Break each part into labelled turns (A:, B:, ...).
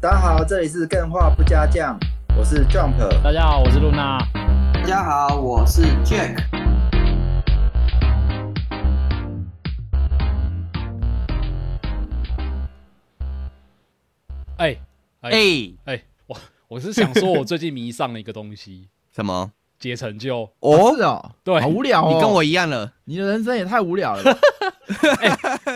A: 大家好，这里是更画不加酱，我是 Jump。
B: 大家好，我是露娜。
C: 大家好，我是 Jack。
B: 哎
D: 哎、
B: 哎哎，我我是想说，我最近迷上了一个东西，
D: 什么？
B: 解成就。
D: 哦，
E: 是哦，
B: 对
E: 好无聊哦。
D: 你跟我一样了，
E: 你的人生也太无聊了吧。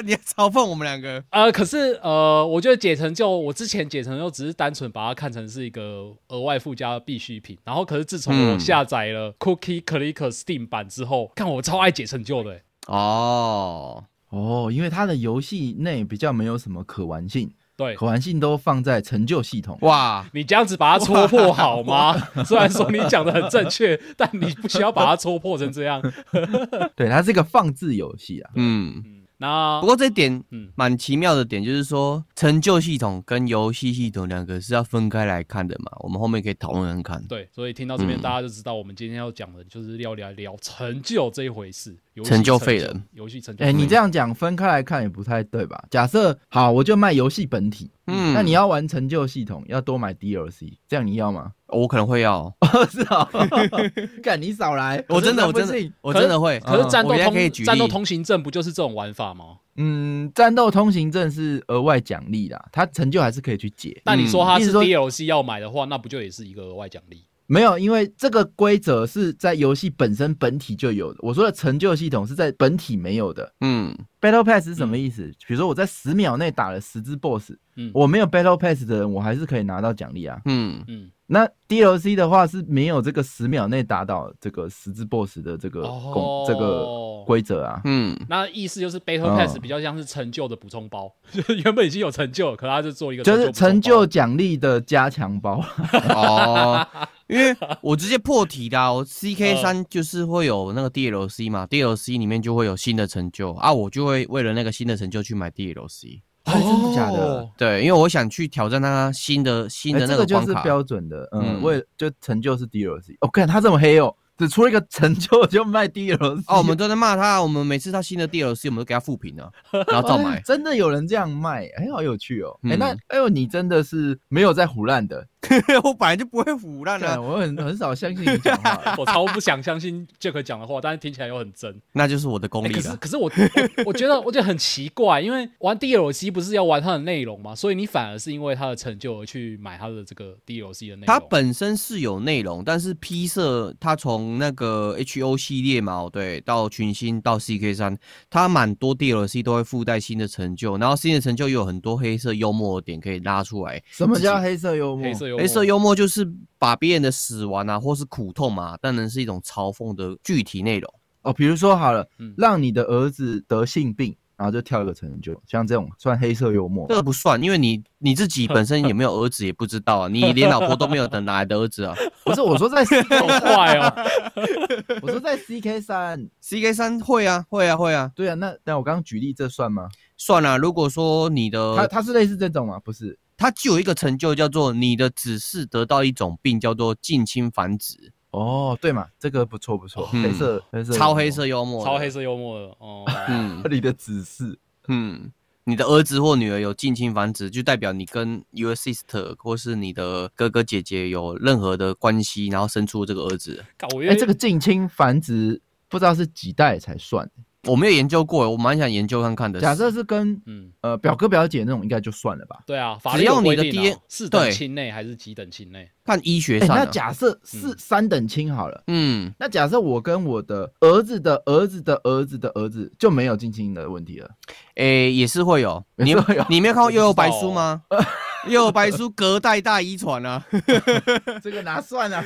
D: 你要嘲讽我们两个？
B: 呃，可是呃，我觉得解成就，我之前解成就只是单纯把它看成是一个额外附加的必需品。然后，可是自从我
D: 嗯
B: 下载了 Cookie Clicker Steam 版之后，看我超爱解成就的、欸
D: 哦，
E: 哦，因为它的游戏内比较没有什么可玩性，
B: 对
E: 可玩性都放在成就系统。
D: 哇，
B: 你这样子把它戳破好吗？ 虽然说你讲的很正确，但你不需要把它戳破成这样。
E: 对，它是一个放置游戏啊。
D: 嗯。
B: 那
D: 不过这点
B: 嗯
D: 蛮奇妙的点就是说，成就系统跟游戏系统两个是要分开来看的嘛。我们后面可以讨论看看。
B: 对，所以听到这边，
D: 嗯
B: 大家就知道我们今天要讲的就是要聊聊成就这一回事，游戏
D: 成就废人，
B: 游戏成就
D: 嗯
E: 哎、
B: 废人。
E: 你这样讲分开来看也不太对吧？假设好，我就卖游戏本体，
D: 嗯
E: 那你要玩成就系统，要多买 DLC，这样你要吗？
D: 我可能会要，
E: 哦，是哦， 干你少来，
D: 我真的，我真
E: 不
D: 的
E: 信，
D: 我真的会。
B: 可是战斗
D: 嗯我现在可以
B: 通
D: 举
B: 战斗
D: 例，
B: 通行证不就是这种玩法吗？
E: 嗯，战斗通行证是额外奖励啦，它成就还是可以去解。
B: 但你说它
E: 意
B: 是
E: 嗯思说
B: DLC 要买的话，那不就也是一个额外奖励？
E: 没有，因为这个规则是在游戏本身本体就有的。我说的成就系统是在本体没有的。
D: 嗯，
E: Battle Pass 是什么意思？比如说我在十秒内打了十只 BOSS，
B: 嗯
E: 我没有 Battle Pass 的人，我还是可以拿到奖励啊。
D: 嗯，
B: 嗯，
E: 那 DLC 的话是没有这个十秒内打倒这个十只 BOSS 的这个共、
B: 哦，
E: 呃这个规则啊。
D: 嗯，
B: 那意思就是 Battle Pass
E: 嗯
B: 比较像是成就的补充包，就是原本已经有成就了，可它就做一个
E: 就是成
B: 就补
E: 就
B: 充包
E: 奖励的加强包，
D: 哦，因 为我直接破题的、啊，我 CK 三就是会有那个 DLC 嘛、d l c 里面就会有新的成就啊，我就会为了那个新的成就去买 DLC。
E: 哎真的假的？
B: 哦
D: 对，因为我想去挑战它新的新
E: 哎
D: 的那
E: 这个就
D: 关
E: 是
D: 卡。
E: 标准的，嗯，
D: 嗯
E: 为了就成就就是 DLC。我、哦、看他这么黑哦，只出了一个成就就卖 DLC。
D: 哦，我们都在骂他，我们每次他新的 DLC 我们都给他复评了，啊然后照
E: 哎
D: 买。
E: 真的有人这样卖，哎、好有趣哦。哎、
D: 嗯
E: 那哎呦，你真的是没有在胡乱的，
D: 我本来就不会腐烂
E: 干
D: 啊，
E: 我很很少相信你讲 话。
B: 我超不想相信 Jack 讲的话，但是听起来又很真。
D: 那就是我的功
B: 欸
D: 力
B: 可
D: 了
B: 是。可是我我我 觉得我觉得很奇怪，因为玩 DLC 不是要玩它的内容嘛，所以你反而是因为它的成就而去买它的这个 DLC 的内容。
D: 它本身是有内容，但是 P 社它从那个 HO 系列嘛，哦对，到群星到 CK 三，它蛮多 DLC 都会附带新的成就，然后新的成就又有很多黑色幽默的点可以拉出来。
E: 什么叫黑色幽默？
B: 黑色幽默
D: 黑色幽默就是把别人的死亡啊，或是苦痛嘛，当然是一种嘲讽的具体内 容。
E: 哦，比如说好了，
B: 嗯
E: 让你的儿子得性病，然后就跳一个成就，像这种算黑色幽默
D: 这
E: 吗。
D: 个不算，因为你你自己本身有没有儿子也不知道 啊，你连老婆都没有的，哪来的儿子啊
E: 不是我说在
B: 好坏 哦，
E: 我说在 CK 三，
D: ？CK 三会啊，会啊，会啊，
E: 对啊，那那我刚刚举例这算吗？
D: 算了、如果说你
E: 它
B: 呃
D: 的
E: 它是类似这种吗？不是，
D: 它就有一个成就叫做你的只是得到一种病，叫做近亲繁殖，
E: 哦，对嘛，这个不错不错，
D: 嗯
E: 黑色黑色幽默
D: 超黑，色幽默，
B: 超黑，色幽默的哦。
D: 嗯
E: 你的指示
D: 嗯。你的儿子或女儿有近亲繁殖，就代表你跟 your sister 或是你的哥哥姐姐有任何的关系，然后生出这个儿子。
B: 干我
E: 哎、
B: 因为
E: 这个近亲繁殖不知道是几代才算。
D: 我没有研究过，我蛮想研究看
B: 呃
D: 看的。
E: 假设是跟
B: 嗯，
E: 呃表哥表姐那种，应该就算了吧。
B: 对啊，法
D: 只
B: 律有
D: 要你
B: 规
D: 的
B: 定啊
D: DNA
B: 四等
D: 对
B: 亲内还是几等亲内？
D: 看医学
E: 哎、
D: 上、
E: 那
D: 啊，
E: 假设是
B: 嗯
E: 三等亲好了。
D: 嗯，
E: 那假设我跟我的儿子的儿子的儿子的儿子就没有近亲的问题 了。
D: 诶、也是会有。
E: 也
D: 你
E: 是
D: 有
E: 会有
D: 你没有看过
B: 我
D: 《悠
B: 不
D: 悠
B: 知道
D: 白
E: 哦
D: 书》吗？ 《悠悠白书》隔代大遗传啊，
E: 这个哪算啊？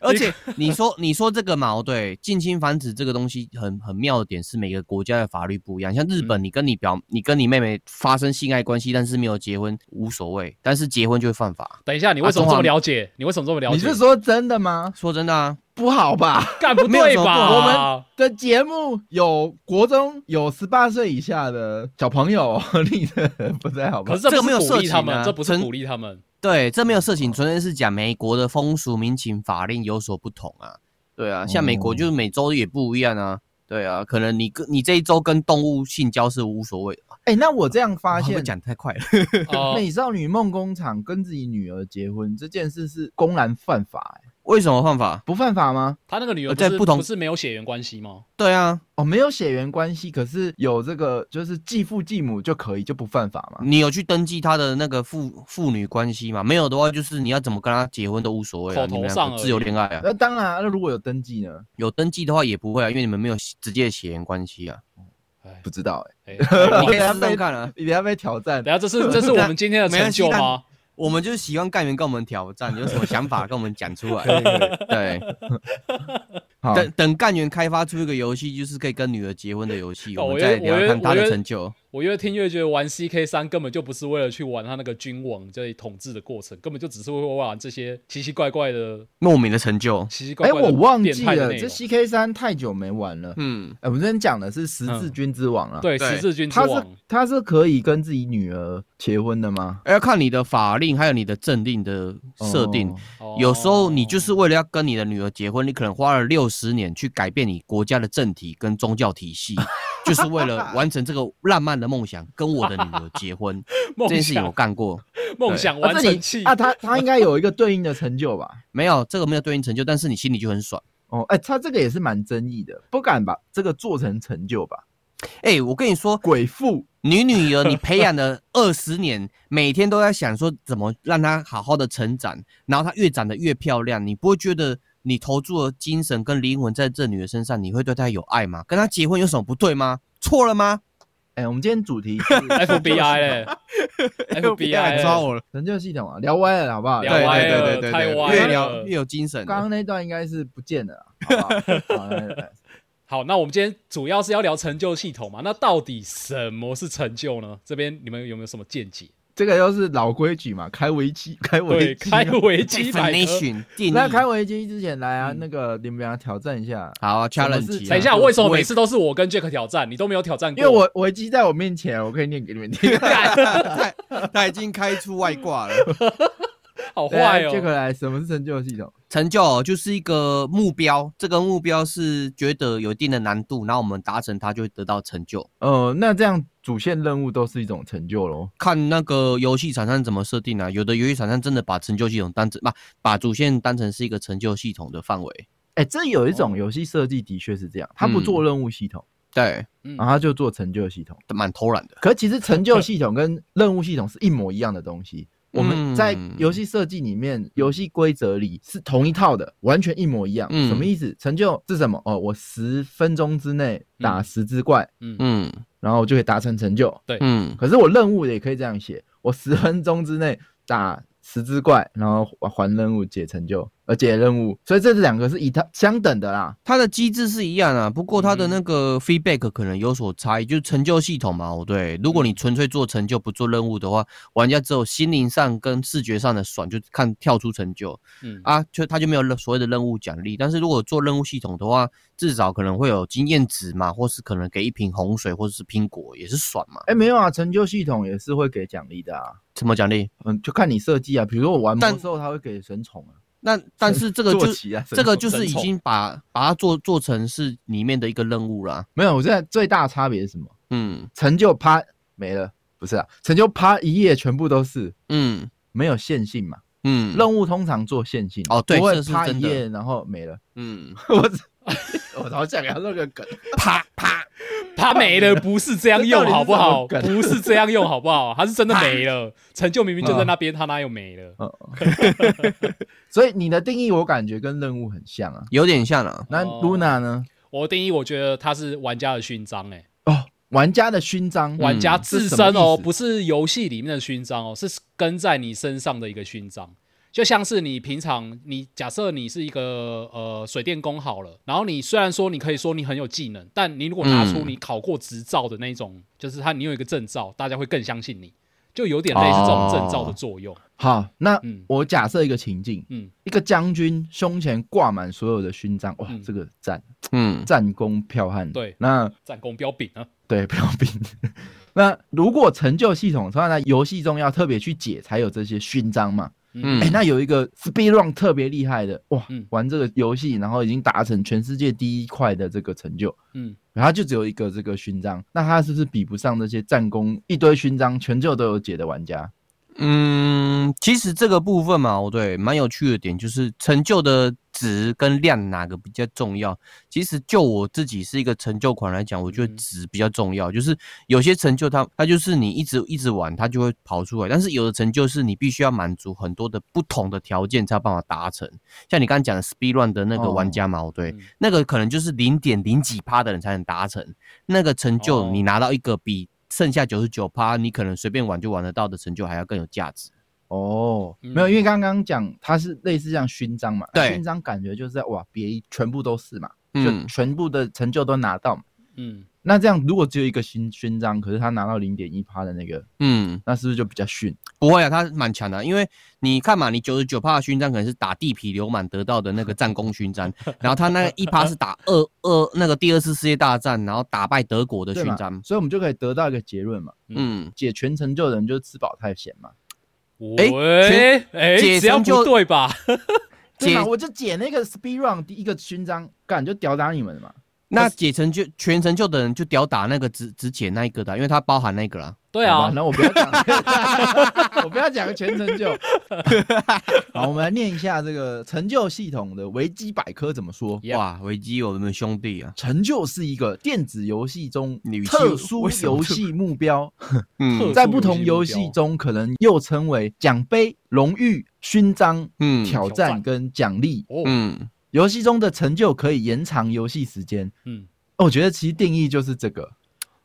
D: 而且你说你说这个嘛，哦对，近亲繁殖这个东西很很妙的点是每个国家的法律不一样。像日
E: 嗯
D: 本，你跟你表你跟你妹妹发生性爱关系，但是没有结婚无所谓，但是结婚就会犯法。
B: 等一下，你为什么这
D: 啊
B: 么
D: 中华
B: 了解？你为什么这么了解？
E: 你是说真的吗？
D: 说真的啊，
E: 不好吧？
B: 干不
D: 没有
B: 对
D: 什么不
B: 吧？
D: 好
E: 我的节目有国中有十八岁以下的小朋友，你的不太好吧
B: 可？是这
D: 这个
B: 不
D: 没
B: 是
D: 有
B: 鼓
D: 色
B: 励他
D: 情
B: 们，
D: 啊
B: 这不是
D: 纯
B: 鼓励他 们。
D: 对，这没有色情，纯粹是讲美国的风俗民情法令有所不同啊。对啊，像美国
E: 哦
D: 就是每周也不一样啊。对啊，可能你跟你这一周跟动物性交是无所谓的吧，
E: 哎、那我这样发
D: 会不会
E: 现，
D: 讲太快了。
B: 哦
E: 美少女梦工厂跟自己女儿结婚这件事是公然犯法、哎，
D: 为什么犯法？
E: 不犯法吗？
B: 他那个女儿
D: 呃
B: 不是
D: 在不同
B: 不是没有血缘关系吗？
D: 对啊，
E: 哦，没有血缘关系，可是有这个就是继父继母就可以，就不犯法
B: 嗯
E: 嘛？
D: 你有去登记他的那个父父女关系吗？没有的话，就是你要怎么跟他结婚都无所谓啊，
B: 口头
D: 你们
B: 上
D: 两
B: 而
D: 个
B: 已
D: 自由恋爱啊。
E: 那、当然啊、那如果有登记呢？
D: 有登记的话也不会啊，因为你们没有直接的血缘关系啊。
B: 哎
E: 不知道 哎、
B: 哎，
E: 你给
D: 你
E: 他
D: 试试
E: 背
D: 看啊，
E: 你等下被挑战
B: 等一。下这是 这是我们今天的
D: 没
B: 成
D: 关系
B: 就吗？
D: 我们就是喜欢干员跟我们挑战，有什么想法跟我们讲出来。 对，
E: 好，哎
D: 等等干员开发出一个游戏，就是可以跟女儿结婚的游戏，
B: 哦
D: 我
B: 我
D: 们
B: 觉
D: 再
B: 得
D: 聊
B: 我觉
D: 聊
B: 得
D: 看他
B: 我觉
D: 的
B: 得
D: 成就。
B: 我越听越觉得玩 CK 三根本就不是为了去玩他那个君王这统治的过程，根本就只是为了玩这些奇奇怪怪的、
D: 糯米的成就，
B: 奇奇怪
E: 哎、
B: 怪的、
E: 我忘
B: 变
E: 记
B: 态的
E: 了，
B: 内
E: 这
B: 容。
E: CK 三太久没玩了。
D: 嗯，
E: 哎、我们之前讲的是十字军之王
B: 嗯
E: 啊，
B: 对，
D: 对
B: 十字军之
E: 他是
B: 王，
E: 他是可以跟自己女儿结婚的吗？
D: 要看你的法令还有你的政令的设定。
E: 哦
B: 哦
D: 有时候你就是为了要跟你的女儿结婚，你可能花了六十年去改变你国家的政体跟宗教 体系，就是为了完成这个浪漫的梦想，跟我的女儿 结婚。这
B: 哦梦
D: 件事情我
B: 想
D: 干过，
B: 梦想完
E: 啊这
B: 成
E: 你
B: 器
E: 啊，他他应该有一个对应的成就吧？
D: 没有这个没有对应成就，但是你心里就很爽。
E: 哦，哎、他这个也是蛮争议的，不敢把这个做成成就吧？
D: 哎、我跟你说，
E: 鬼父
D: 你女儿你培养了二十年，每天都在想说怎么让她好好的成长，然后她越长得越漂亮，你不会觉得你投注的精神跟灵魂在这女儿身上，你会对她有爱吗？跟她结婚有什么不对吗？错了吗？
E: 哎、我们今天主题
D: 啊
B: FBI 嘞
D: FBI
B: ，FBI
D: 抓
B: 嘞
D: 我了，
E: 成就系统啊，聊歪了好不好？
B: 聊歪了
D: 对对对对
B: 太
D: 对
B: 歪了
D: 越聊越有精神了。
E: 刚刚那段应该是不见了啦，好不好？好来来来
B: 好，那我们今天主要是要聊成就系统嘛？那到底什么是成就呢？这边你们有没有什么见解？
E: 这个又是老规矩嘛，开围棋， 开
B: 对，
E: 围棋嘛，
B: 开维基百科。
D: definition 定义。
E: 那开围棋之前来啊，
B: 嗯
E: 那个你们俩挑战一下，
D: 好啊
E: 什么
D: ，challenge
E: 是
D: 啊。
B: 等一下，为什么
D: 我
B: 每次都是我跟 Jack 挑战，你都没有挑战过？
E: 因为我围棋在我面前，我可以念给你们听。
D: 他他已经开出外挂了？
B: 好
E: 来
B: 坏
E: 这
B: 哦，
E: 个来，什么是成就系统？
D: 成就哦就是一个目标，这个目标是觉得有一定的难度，然后我们达成它就会得到成就。
E: 呃，那这样主线任务都是一种成就
B: 哦
E: 喽。
D: 看那个游戏厂商怎么设定啊，有的游戏厂商真的把成就系统当成，不、把主线当成是一个成就系统的范围。
E: 哎、这有一
B: 哦
E: 种游戏设计的确是这样，它不做任务系统，
D: 对，
B: 嗯
E: 然后它就做成就系统。
D: 蛮偷懒的。
E: 可其实成就系统跟任务系统是一模一样的东西。我们在
D: 嗯
E: 游戏设计里面，游戏规则里是同一套的，完全一模一样。
D: 嗯
E: 什么意思？成就是什么？哦，我十分钟之内打
B: 嗯
E: 十只怪，
B: 嗯，
D: 嗯
E: 然后我就可以达成成就。
D: 嗯，
E: 可是我任务也可以这样写，我十分钟之内打十只怪，然后还还任务解成就，呃解任务，所以这两个是一套相等的啦。
D: 它的机制是一样啊，不过它的那个 feedback 可能有所差异，就是成就系统嘛。哦，对，如果你纯粹做成就不做任务的话，玩家只有心灵上跟视觉上的爽，就看跳出成就。
B: 嗯
D: 啊，就他就没有任所谓的任务奖励。但是如果做任务系统的话，至少可能会有经验值嘛，或是可能给一瓶红水或者是苹果，也是爽嘛。
E: 哎，没有啊，成就系统也是会给奖励的啊。
D: 什么奖励？
E: 嗯，就看你设计啊，比如说我玩魔
D: 但
E: 兽，它会给神宠啊，
D: 那但是这个
E: 坐
D: 就
E: 骑啊，神
D: 这个就
E: 宠
D: 是已
B: 神宠
D: 经把把它做做成是里面的一个任务啦。
E: 没有。我现在最大差别是什么？
D: 嗯
E: 成就趴没了，不是啊，成就趴一页全部都是
D: 嗯
E: 没有线性嘛。
D: 嗯，
E: 任务通常做线性
D: 哦对
E: 不
D: 这
E: 会
D: 是
E: 趴
D: 真
E: 一
D: 的
E: 页然后没了。
D: 嗯
E: 我只我好想给他弄个梗。
D: 啪啪，
B: 他没了，不是这样用好不好？
E: 这到底是什啊
B: 不是这样用好不好？他是真的没 了，成就明明就在那边，他哪有没了？
E: 哦， 所以你的定义我感觉跟任务很像啊。
D: 有点像啦。
E: 那
B: 哦
E: Luna 呢？
B: 我定义，我觉得他是玩家的勋章，哎，
E: 哦，玩家的勋章，嗯
B: 玩家自身
E: 是什么
B: 哦，
E: 意思
B: 不是游戏里面的勋章哦，是跟在你身上的一个勋章。就像是你平常，你假设你是一个呃水电工好了，然后你虽然说你可以说你很有技能，但你如果拿出
D: 嗯
B: 你考过执照的那种，就是他你有一个证照，大家会更相信你，就有点类似这种证照的作
E: 哦
B: 用。
E: 好，那
B: 嗯
E: 我假设一个情境，
B: 嗯，
E: 一个将军胸前挂满所有的勋章，哇
B: 嗯，
E: 这个战
D: 嗯，
E: 战功彪悍。
B: 对
E: 那
B: 战功彪炳啊，
E: 对彪炳。那如果成就系统的话，那游戏中要特别去解才有这些勋章嘛？
D: 嗯
E: 哎、那有一个 speed run 特别厉害的哇，
B: 嗯
E: 玩这个游戏然后已经达成全世界第一块的这个成就，
B: 嗯，
E: 然后就只有一个这个勋章，那他是不是比不上这些战功一堆勋章全就都有解的玩家？
D: 嗯，其实这个部分嘛，哦对，蛮有趣的点就是成就的值跟量哪个比较重要。其实就我自己是一个成就款来讲，我觉得
B: 嗯
D: 值比较重要。就是有些成就它它就是你一直一直玩，它就会跑出来；但是有的成就是你必须要满足很多的不同的条件才有办法达成。像你刚刚讲的 speed run 的那个玩家嘛，哦对，
B: 嗯
D: 那个可能就是零点零几趴的人才能达成。那个成
B: 哦
D: 就，你拿到一个比剩下九十九趴，你可能随便玩就玩得到的成就还要更有价值。
E: 哦，
B: 嗯
E: 没有，因为刚刚讲它是类似像勋章嘛，
D: 对
E: 勋章感觉就是哇，别全部都是嘛，就
D: 嗯，
E: 全部的成就都拿到嘛。
B: 嗯，
E: 那这样如果只有一个勋勋章，可是他拿到零点一趴的那个，
D: 嗯，
E: 那是不是就比较逊？
D: 不会啊，他蛮强的，因为你看嘛，你九十九趴的勋章可能是打地痞流氓得到的那个战功勋章，然后他那一趴是打二二那个第二次世界大战，然后打败德国的
E: 对
D: 勋
E: 嘛
D: 章。
E: 所以我们就可以得到一个结论嘛，
D: 嗯，
E: 解全成就的人就是吃饱太闲嘛。
D: 哎
B: 喂，哎，
D: 解
B: 这样
D: 成
B: 不
D: 就
B: 对吧？
E: 对
D: 解
E: 嘛，我就解那个 speed run 第一个勋章，干就吊打你们了嘛。
D: 那解成就全成就的人就屌打那个只只解那一个的啊，因为他包含那个啦。
B: 对
E: 好吧
B: 啊，
E: 那我不要讲， 我不要讲全成 就。好，我们来念一下这个成就系统的维基百科怎么说。
B: Yeah
D: 哇，维基我们兄弟啊，
E: 成就是一个电子游戏中
D: 女性
E: 特殊
D: 为什么
E: 游戏目标，
B: 特
D: 嗯
E: 在不同游戏中可能又称为奖杯、荣誉、勋章、
D: 嗯
E: 挑
B: 挑
E: 战
B: 战
E: 跟奖励。
B: 哦，
D: 嗯
E: 游戏中的成就可以延长游戏时间。
B: 嗯，
E: 哦我觉得其实定义就是这个。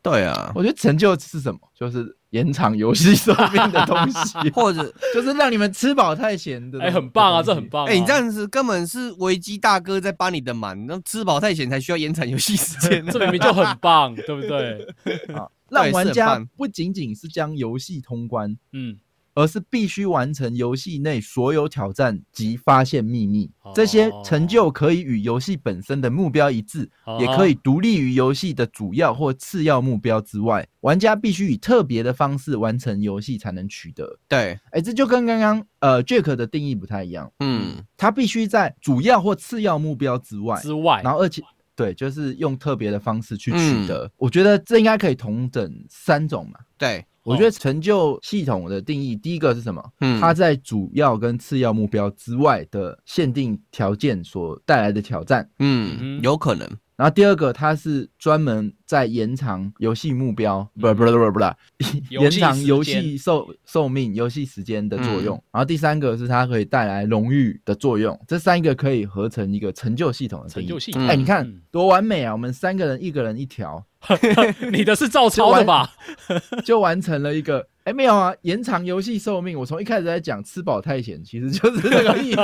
D: 对啊，
E: 我觉得成就是什么，就是延长游戏寿命的东西，
D: 或者
E: 就是让你们吃饱太闲的东。
B: 哎，很棒啊，
E: 的
B: 这
E: 东西
B: 很。棒啊。
D: 哎、你这样子根本是维基大哥在帮你的忙，那吃饱太闲才需要延长游戏时间 呢
B: 这。明明就很棒，对不对？
E: 好让
D: 对是
E: 玩
D: 很
E: 家
D: 棒
E: 不仅仅是将游戏通关，
B: 嗯，
E: 而是必须完成游戏内所有挑战及发现秘密。这些成就可以与游戏本身的目标一致，
B: 哦
E: 也可以独立于游戏的主要或次要目标之外。玩家必须以特别的方式完成游戏才能取得。
D: 对，
E: 哎、这就跟刚刚呃 Jack 的定义不太一样，
D: 嗯，
E: 他必须在主要或次要目标之外，
B: 之外，
E: 然
B: 后
E: 后而且对，就是用特别的方式去取
D: 嗯
E: 得。我觉得这应该可以同等三种嘛。
D: 对，
E: 我觉得成就系统的定义，第一个是什么？
D: 嗯
E: 它在主要跟次要目标之外的限定条件所带来的挑战。
D: 嗯，
B: 嗯
D: 有可能，
E: 然后第二个，它是专门在延长游戏目标，不
B: 嗯
E: 不不不不，
B: 游
E: 延
B: 戏
E: 长
B: 时
E: 游
B: 间
E: 戏寿寿命、游戏时间的作
D: 嗯
E: 用。然后第三个是它可以带来荣誉的作用。这三个可以合成一个成就系统的定
B: 成
E: 义
B: 就系
D: 嗯
E: 哎、你看
B: 嗯
E: 多完美啊！我们三个人，一个人 一条，
B: 你的是照抄的吧？
E: 就完成了一个。哎、没有啊，延长游戏寿命。我从一开始在讲吃饱太闲，其实就是这个意 思。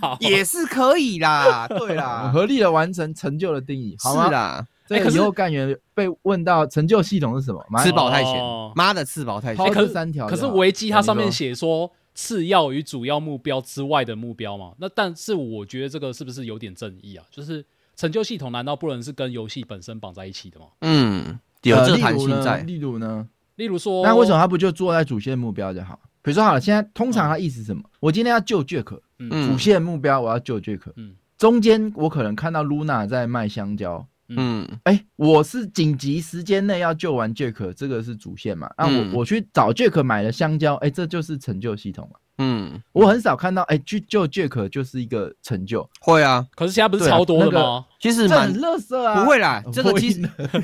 B: 好，
D: 也是可以啦， 对
E: 我们
D: 啦，
E: 啊合力的完成成就的定义，好吗？
D: 是啦，
E: 这
B: 哎可
E: 个
B: 是
E: 以后干员被问到成就系统是什么，马
D: 吃
E: 上
D: 饱太
B: 哦
D: 闲，妈的吃饱太
E: 抛
B: 哎
D: 闲，
B: 可
E: 这
B: 是
E: 三条就
B: 可
E: 好。
B: 是维基它上面
E: 啊你说
B: 写说次要与主要目标之外的目标嘛，那但是我觉得这个是不是有点争议啊？就是成就系统难道不能是跟游戏本身绑在一起的吗？
D: 嗯，有
E: 呃
D: 这个
E: 例
D: 弹
E: 如
D: 性
E: 呢
D: 在，哦
E: 例如呢？
B: 例如说，
E: 那为什么他不就做在主线目标就好？比如说好了，现在通常他意思是什么？我今天要救 Jack，
B: 嗯
E: 主
D: 嗯
E: 线目标我要救 Jack，
B: 嗯
E: 中间我可能看到 Luna 在卖香蕉，
D: 嗯
E: 哎、我是紧急时间内要救完 Jack，这个是主线嘛？那、
D: 嗯
E: 我我去找 Jack 买了香蕉，哎、这就是成就系统嘛。
D: 嗯，
E: 我很少看到，哎、去救 Jack 就是一个成就，
D: 会啊，
B: 可是现在不是
E: 对啊
B: 超多的
E: 那个
B: 吗？
D: 其实
E: 这
D: 蛮
E: 很乐色啊。
D: 不会啦，这个
E: 破
D: 其
E: 音
D: 实
E: 了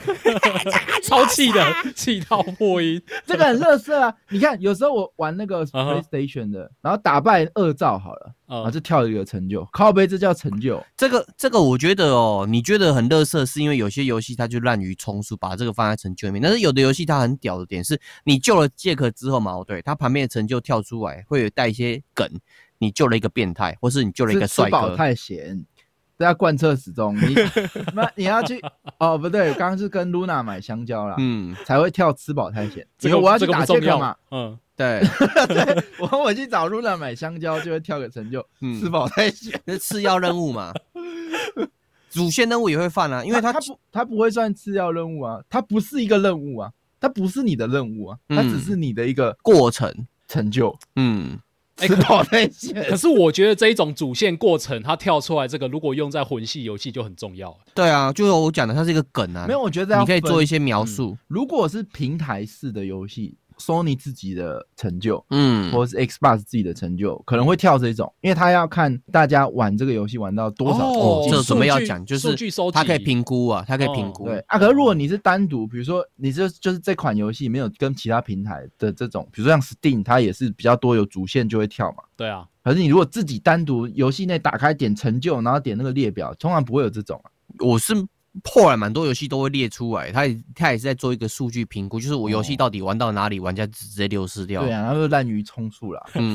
B: 超气的，气到破音。
E: 这个很乐色啊。你看，有时候我 玩那个
B: 啊哈
E: PlayStation 的，然后打败恶兆好了，
D: 啊
E: 然后
B: 呃
E: 就，跳了一个成就，靠背这叫成 就。
D: 这个这个，我觉得哦，你觉得很乐色，是因为有些游戏它就滥竽充数，把这个放在成就里面。但是有的游戏它很屌的点是，你救了杰克之后嘛，哦对，它旁边的成就跳出来，会有带一些梗，你救了一个变态，或是你救了一个
E: 吃
D: 帅
E: 吃饱
D: 哥，
E: 太闲，这要贯彻始 终。你那你要去哦，不对，刚刚是跟 Luna 买香蕉啦，
D: 嗯，
E: 才会跳吃饱太闲。
B: 这
E: 因
B: 个
E: 为我要
B: 这
E: 去
B: 个
E: 打
B: 不重
E: 这个
B: 要
E: 嘛，。
B: 嗯，
D: 对，
E: 我我去找 Luna 买香蕉就会跳个成就，
D: 嗯
E: 吃饱太闲。
D: 那次要任务 嘛，主线任务也会犯啊，因为
E: 他
D: 它
E: 他不他不会算次要任务啊，他不是一个任务啊，他不是你的任务啊，他只
D: 嗯
E: 是你的一个
D: 过程，
E: 成就。
D: 嗯，
B: 哎
E: 吃饱再见。
B: 可是我觉得这一种主线过程，它跳出来这个，如果用在魂系游戏就很重要了。
D: 对啊，就是我讲的，它是一个梗啊。
E: 没有，，我觉得
D: 你可以做一
E: 些。
D: 些描述。
E: 如果是平台式的游戏，Sony 自己的成就，
D: 嗯，
E: 或是 Xbox 自己的成就，可能会跳这种，因为他要看大家玩这个游戏玩到多少
B: 哦
E: 次。
D: 这准备要
B: 数据
D: 讲，就
B: 数据
D: 是
B: 收集
D: 它可以评估啊，它可以评估。
E: 对啊，可是如果你是单独，比如说你这就是这款游戏没有跟其他平台的这种，比如说像 Steam，它也是比较多有主线就会跳嘛。
B: 对啊，
E: 可是你如果自己单独游戏内打开点成就，然后点那个列表，通常不会有这种啊。
D: 我是后来蛮多游戏都会列出来，它也它也是在做一个数据评估，就是我游戏到底玩到哪里，玩家直接流失掉。
E: 对啊，然后就滥竽充数啦。
D: 嗯，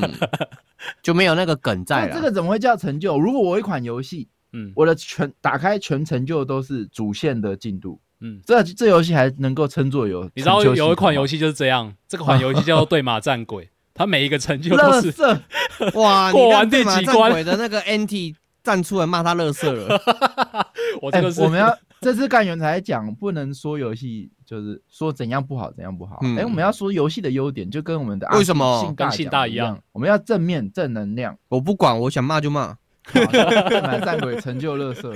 D: 就没有那个梗在
E: 那
D: 了。
E: 这个怎么会叫成就？如果我有一款游戏，
B: 嗯
E: 我的全打开全成就都是主线的进度，
B: 嗯，
E: 这这游戏还能够称作有？
B: 你知道有一款游
E: 戏
B: 戏就是这样，这款游戏叫做《对马战鬼》，它每一个成就都
E: 乐
B: 是
E: 色，
D: 哇，
B: 过
D: 你让
B: 完第
D: 对马
B: 几
D: 战
B: 关
D: 鬼的那个 NT 站出来骂他乐色了。
B: 我这
E: 哎
B: 个是
E: 我们要这次干员才讲，不能说游戏就是说怎样不好怎样不好。哎、
D: 嗯
E: 我们要说游戏的优点，就跟我们的
D: 为什么
E: 性大
B: 跟性
E: 讲
B: 大
E: 一
B: 一样，
E: 我们要正面正 能量，
D: 我不管，我想骂就骂。
E: 好啊来战鬼成就乐色。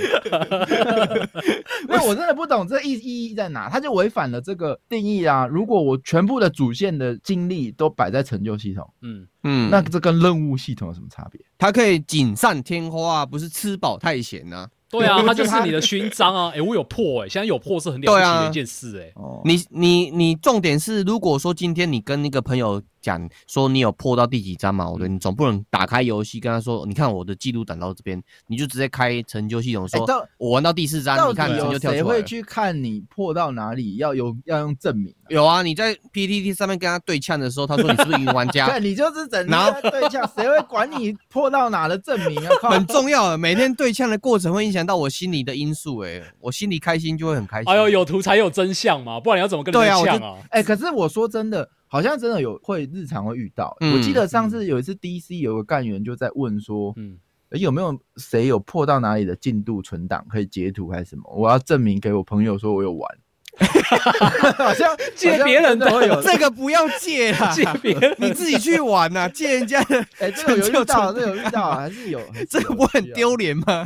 E: 因为我真的不懂这意意义在哪，它就违反了这个定义啊！如果我全部的主线的精力都摆在成就系统，
B: 嗯，
D: 嗯，
E: 那这跟任务系统有什么差别？
D: 它可以锦上添花啊，不是吃饱太闲啊。
B: 对啊，它就是你的勋章 啊。哎，我有破哎，现在有破是很了不起的一件事哎。
E: 哦，
D: 你你你重点是，如果说今天你跟那个朋友讲说你有破到第几章嘛，我
E: 嗯
D: 觉得你总不能打开游戏跟他说，你看我的记录打到这边，你就直接开成就系统
E: 哎
D: 说，
E: 到
D: 我玩到第四章，
E: 到
D: 你看
E: 底
D: 成
E: 有
D: 就跳
E: 谁
D: 出来
E: 会
D: 了。
E: 去看你破到哪里？要有要用证明、 啊。
D: 有啊，你在 PTT 上面跟他对呛的时候，他说你是不是云玩家
E: 对，？你就是整天
D: 然后
E: 在 对象，谁会管你破到哪的证明啊？ 靠
D: 很重要的，每天对呛的过程会影响到我心里的因素、欸，我心里开心就会很开心。
B: 哎呦，有图才有真相嘛，不然你要怎么跟人
D: 对啊
B: 家
D: 我就
B: 呛啊？
E: 哎、可是我说真的，好像真的有会日常会遇到、
D: 嗯
E: 我记得上次有一次 DC 有个干员就在问说，
B: 嗯，
E: 诶有没有谁有破到哪里的进度存档可以截图还是什么？我要证明给我朋友说我 有玩。 好像
B: 借
E: 好像
B: 别人的
E: 真会有
D: 这个不要借啦，
B: 借别人
D: 你自己去玩呐、借人家的，
E: 哎、这个有
D: 成
E: 遇到，
D: 就存档
E: 这个有遇到，还是有，还是有
D: 这个不很
E: 需要
D: 丢脸吗？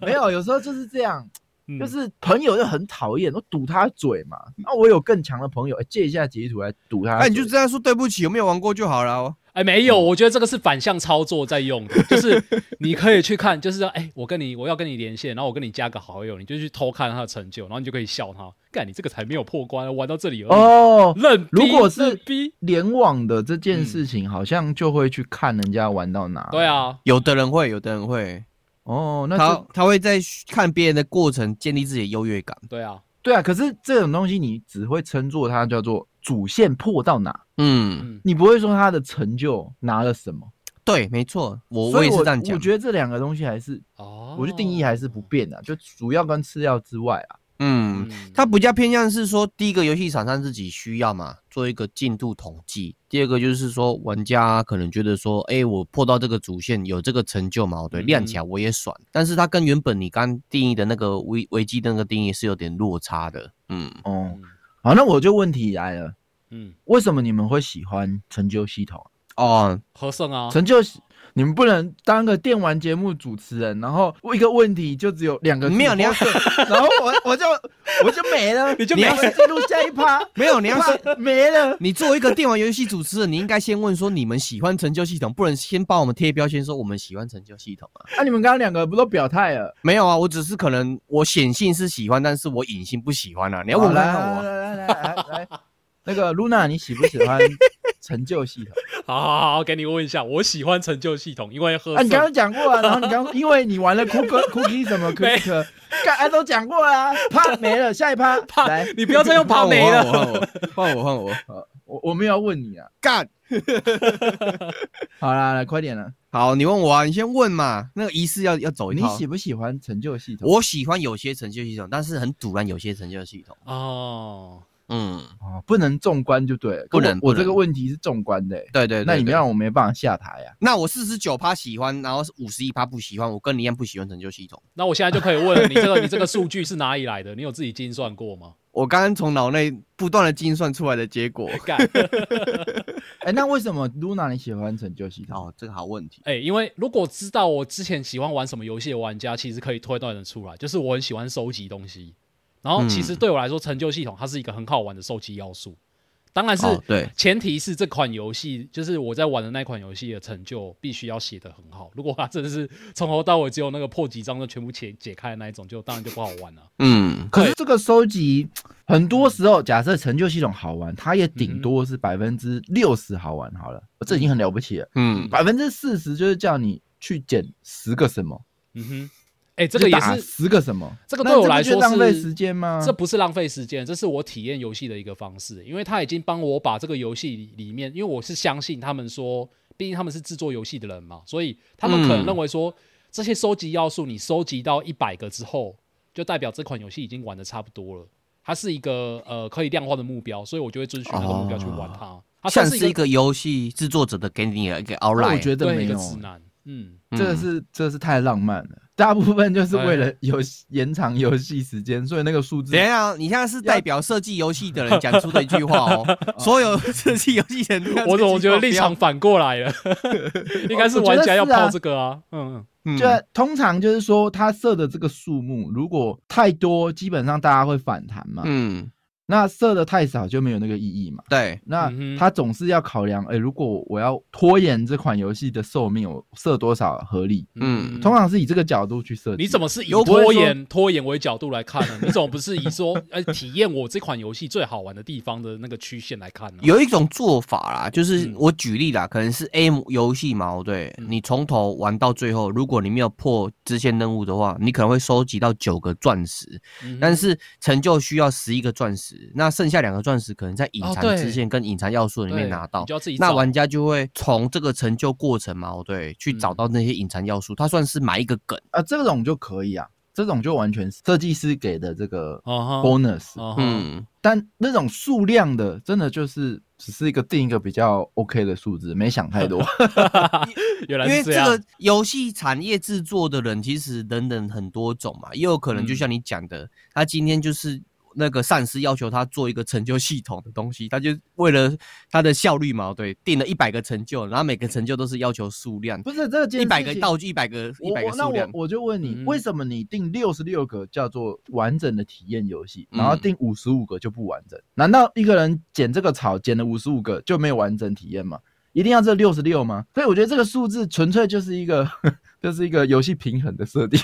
E: 没有，有时候就是这样，
B: 嗯
E: 就是朋友就很讨厌，我堵他嘴嘛。那我有更强的朋友，哎借一下截图来堵他
D: 嗯那、
E: 嘴。
D: 你就嗯这样说啊对不起，有没有玩过就好了哦。
B: 哎，没
E: 嗯
B: 有，我觉得这个是反向操作在用 的，就是你可以去看，就是说，哎，我跟你我要跟你连线，然后我跟你加个好友，你就去偷看他的成就，然后你就可以笑他，干你这个才没有破关，玩到这里而已。
E: 哦，
B: 认逼，
E: 如果是
B: 认逼，
E: 联网的这
D: 嗯
E: 件事情，好像就会去看人家玩到哪。
B: 对，啊，
D: 有的人会，有的人会，
E: 哦，那
D: 他
E: 就
D: 他会在看别人的过程建立自己的优越感。
B: 对啊，
E: 对啊。可是这种东西，你只会称作它叫做主线破到哪，
D: 嗯，
B: 嗯，
E: 你不会说它的成就拿了什么。
D: 对，没错，我
E: 所
D: 我
E: 以
D: 也是
E: 我
D: 这样讲。
E: 我觉得这两个东西还是，
B: 哦，
E: 我觉得定义还是不变的，就主要跟次要之外啊。
D: 嗯，
B: 嗯，
D: 它比较偏向是说，第一个游戏厂商自己需要嘛，做一个进度统计；第二个就是说，玩家可能觉得说，哎、我破到这个主线有这个成就嘛，对，
B: 嗯
D: 亮起来我也爽。但是它跟原本你刚定义的那个危危机那个定义是有点落差的。嗯，
E: 哦
B: 嗯，
E: 好，那我就问题来了。
B: 嗯，
E: 为什么你们会喜欢成就系统？啊
D: 哦，
B: 和盛啊，
E: 成就系，你们不能当个电玩节目主持人，然后一个问题就只有两个字，
D: 没有你要
E: 或 是然后我我就我就没了，
B: 你就
E: 然后
B: 没了
E: 进入下一趴，
D: 没 有，你要是
E: 啪没了。
D: 你作为一个电玩游戏主持人，你应该先问说你们喜欢成就系统，不能先帮我们贴标签说我们喜欢成就系统啊。
E: 那、你们刚刚两个不都表态了？
D: 没有啊，我只是可能我显性是喜欢，但是我隐性不喜欢啊。你要问
E: 好
D: 我
E: 来
D: 看看
E: 来
D: 我啊，
E: 来来来来，来那个露娜，你喜不喜欢成就 系统？
B: 好好好好，给你问一下，我喜欢成就系统，因为和
E: 啊，你
B: 盛
E: 刚刚讲过啊，然后你刚因为你玩了 Cookie Cookie 什么 Cookie，刚才都讲过啦、啪没了，下 一趴
B: 怕
E: 来，
B: 你不要再用怕
D: 换
B: 没
D: 我
B: 了，
D: 换我换我换我换我
E: 我我没有要问你啊，
D: 干。
E: 好啦，来快点了，
D: 好，你问我啊，你先问嘛。那个仪式要要走一
E: 你
D: 套。
E: 喜不喜欢成就系统？
D: 我喜欢有些成就系统，但是很堵然有些成就系统。
E: 啊
B: 哦，
D: 嗯，
E: 哦，不能纵观就对了，
D: 不能
E: 可我我
D: 不能
E: 这个问题是纵观的欸、
D: 对对对
E: 那你们
D: 对
E: 让我没办法下台啊呀、
D: 那我四十九趴喜欢，然后五十一趴不喜欢，我跟你一样不喜欢成就系统。
B: 那我现在就可以问了你这个你这个数据是哪里来的？你有自己精算过吗？
D: 我刚刚从脑内不断的精算出来的结果。
B: 干，
E: 哎、那为什么 Luna 你喜欢成就系统？
D: 哦，这个好问题。
B: 哎、因为如果知道我之前喜欢玩什么游戏的玩家，其实可以推断的出来，就是我很喜欢收集东西。然后其实
D: 嗯
B: 对我来说，成就系统它是一个很好玩的收集要素。当然是
D: 哦对
B: 前提是这款游戏，就是我在玩的那款游戏的成就必须要写得很好。如果它真的是从头到尾只有那个破几张就全部解解开的那一种，就当然就不好玩了、
D: 嗯，
E: 可是这个收集，很多时候假设成就系统好玩，它也顶多是百分之六十好玩好了，这已经很了不起了。
D: 嗯嗯，
B: 啊
E: 百分之四十就是叫你去捡十个什么，
B: 嗯哼，哎、这个也
E: 就打
B: 是
E: 十个什么，
B: 这个对我来说是
E: 那这不就浪费时间吗
B: 这不是浪费时间，这是我体验游戏的一个方式，因为他已经帮我把这个游戏里里面，因为我是相信他们说，毕竟他们是制作游戏的人嘛，所以他们可能
D: 嗯
B: 认为说，这些收集要素你收集到一百个之后，就代表这款游戏已经玩的差不多了，它是一个呃可以量化的目标，所以我就会遵循那个目标去玩它，
E: 哦
B: 它
D: 像
B: 算
D: 是一
B: 一个
D: 个游戏制作者的给你的一个
E: 那
D: outline。
E: 我觉得
B: 对
E: 没哦
B: 一
E: 有
B: 个，指南，嗯。
D: 嗯
E: 这个是这是太浪漫了。大部分就是为了
B: 哎
E: 游戏延长游戏时间，所以那个数字
D: 怎样？你现在是代表设计游戏的人讲出的一句话 哦，所有设计游戏人都要这句话，
B: 我怎么觉得立场
D: 不
B: 反过来了？ 应该是玩家要
E: 我觉得是啊
B: 泡这个啊，嗯，嗯
D: 要？嗯
E: 就通常就是说，他设的这个数目如果太多，基本上大家会反弹嘛。
D: 嗯，
E: 那设的太少就没有那个意义嘛。
D: 对，
E: 那
B: 嗯哼
E: 他总是要考量，哎、如果我要拖延这款游戏的寿命，我设多少合理？
D: 嗯
E: 通常是以这个角度去设计。
B: 你怎么是以
D: 有不会
B: 拖延拖延为角度来看呢？你怎么不是以说 呃体验我这款游戏最好玩的地方的那个曲线来看呢？
D: 有一种做法啦，就是
B: 嗯
D: 我举例啦，可能是 M 游戏嘛，哦对，
B: 嗯
D: 你从头玩到最后，如果你没有破支线任务的话，你可能会收集到九个钻石，
B: 嗯哼，
D: 但是成就需要十一个钻石，那剩下两个钻石可能在隐
B: 哦
D: 藏
B: 对
D: 支线跟隐藏要素里面
B: 对
D: 拿到
B: 你就，要自己
D: 那
B: 找
D: 玩家就会从这个成就过程嘛，哦对，去找
B: 嗯
D: 到那些隐藏要素，它算是埋一个梗。
E: 啊？这种就可以啊，这种就完全是设计师给的这个
B: 啊哈
E: bonus，、
B: 啊哈
D: 嗯，
E: 但那种数量的真的就是只是一个定一个比较 OK 的数字，没想太 多。
B: 原
D: 嗯因
B: 来
D: 为
B: 是
D: 这
B: 样
D: 个，游戏产业制作的人，其实人人很多种嘛，也有可能就
B: 嗯
D: 像你讲的，他今天就是那个上司要求他做一个成就系统的东西，他就为了他的效率嘛，哦对，定了一百个成就，然后每个成就都是要求数量，
E: 不是这件
D: 一百
E: 事
D: 个
E: 情
D: 道具，一百个一
E: 我
D: 百个
E: 我那
D: 数
E: 我
D: 量，
E: 我就问你，
B: 嗯
E: 为什么你定六十六个叫做完整的体验游戏，然后
D: 嗯
E: 定五十五个就不完整？难道一个人捡这个草捡了五十五个就没有完整体验吗？一定要这六十六吗？所以我觉得这个数字纯粹就是一个 就是一个游戏平衡的设定。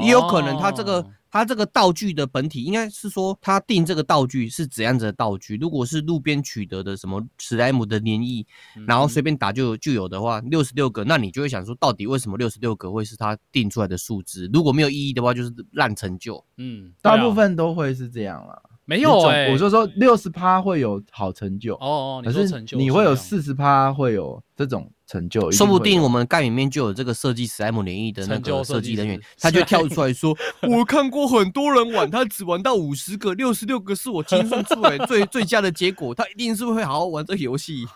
D: 也有可能他这个
B: 哦
D: 他这个道具的本体，应该是说他定这个道具是怎样子的道具。如果是路边取得的什么史莱姆的粘液，
B: 嗯
D: 然后随便打就有就有的话，六十六个，那你就会想说，到底为什么六十六个会是他定出来的数值？如果没有意义的话，就是烂成就。
B: 嗯，对啊
E: 大部分都会是这样啦。
B: 没
E: 没
B: 有哎，
E: 我就说六十趴会有好成就，
B: 哦，哦
E: 可
B: 你说
E: 是
B: 成就
E: 你
B: 是
E: 会有
B: 这样
E: 四十趴会有这种成就，一
D: 说不
E: 会啊有
D: 定我们盖里面就有这个设计史莱姆联谊的那
B: 成
D: 个
B: 就
D: 设
B: 设
D: 计
B: 计
D: 人员
B: 师，
D: 他就跳出来说：“我看过很多人玩，他只玩到五十个，六十六个是我精算出来最 最佳的结果。他一定是会好好玩这个游戏。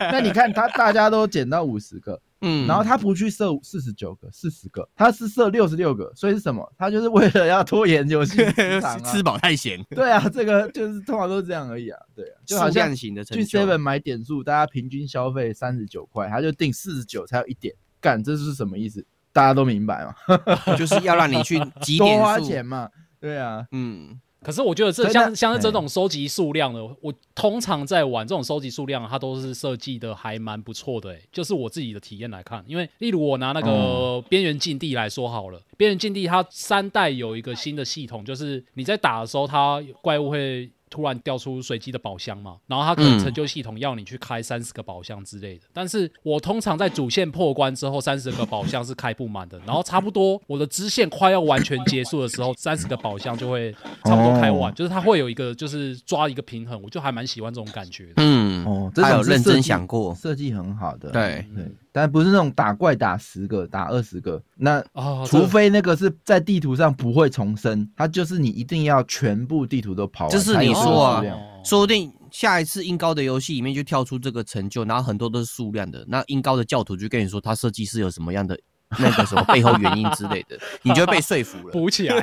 E: 那你看他大家都捡到五十个，”
D: 嗯，
E: 然后他不去设四十九个、四十个，他是设六十六个，所以是什么？他就是为了要拖延游戏 时长啊
D: 吃。饱太闲，
E: 对啊，这个就是通常都是这样而已啊。对啊，就好
D: 数
E: 像
D: 量型的成
E: 去
D: 就。
E: Seven 买点数，大家平均消费三十九块，他就定四十九才有一点，干这是什么意思？大家都明白嘛，
D: 就是要让你去几
E: 多
D: 点
E: 花
D: 数
E: 钱。嘛。对啊，
D: 嗯，
B: 可是我觉得这
E: 所以那
B: 像像是这
E: 哎
B: 种收集数量的，我通常在玩这种收集数量，它都是设计的还蛮不错的、欸。就是我自己的体验来看，因为例如我拿那个
E: 哦
B: 边缘禁地来说好了，边缘禁地它三代有一个新的系统，就是你在打的时候，它怪物会。突然掉出随机的宝箱嘛，然后它可能
D: 嗯
B: 成就系统要你去开三十个宝箱之类的。但是我通常在主线破关之后，三十个宝箱是开不满的，然后差不多我的支线快要完全结束的时候，三十个宝箱就会差不多开完。
E: 哦
B: 就是它会有一个就是抓一个平衡，我就还蛮喜欢这种感觉的。
D: 嗯，
E: 哦，这
D: 他有
E: 种是
D: 认
E: 设
D: 真
E: 计
D: 想过，
E: 设计很好
B: 嗯
D: 对，
E: 的。对，嗯但不是那种打怪打十个、打二十个，那
B: 哦，这
E: 除非那个是在地图上不会重生，它就是你一定要全部地图都跑完。
D: 这是
E: 才有
D: 你
E: 这个
D: 说啊
E: 数量
D: 说不定下一次音高的游戏里面就跳出这个成就，然后很多都是数量的，那音高的教徒就跟你说他设计师有什么样的那个什么背后原因之类 的，你就会被说服了。
B: 补起来，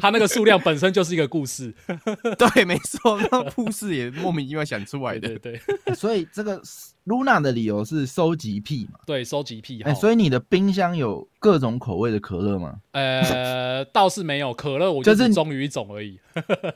B: 它那个数量本身就是一个故事。
D: 对，没错，那故事也莫名其妙想出来
B: 对
D: 的
B: 对。对
E: 哎所以 这个 Luna 的理由是收集癖嘛？
B: 对，收集癖好。
E: 哎、所以你的冰箱有各种口味的可乐吗？
B: 呃，倒是没有可乐，我
E: 就
B: 就是是忠于一种而已。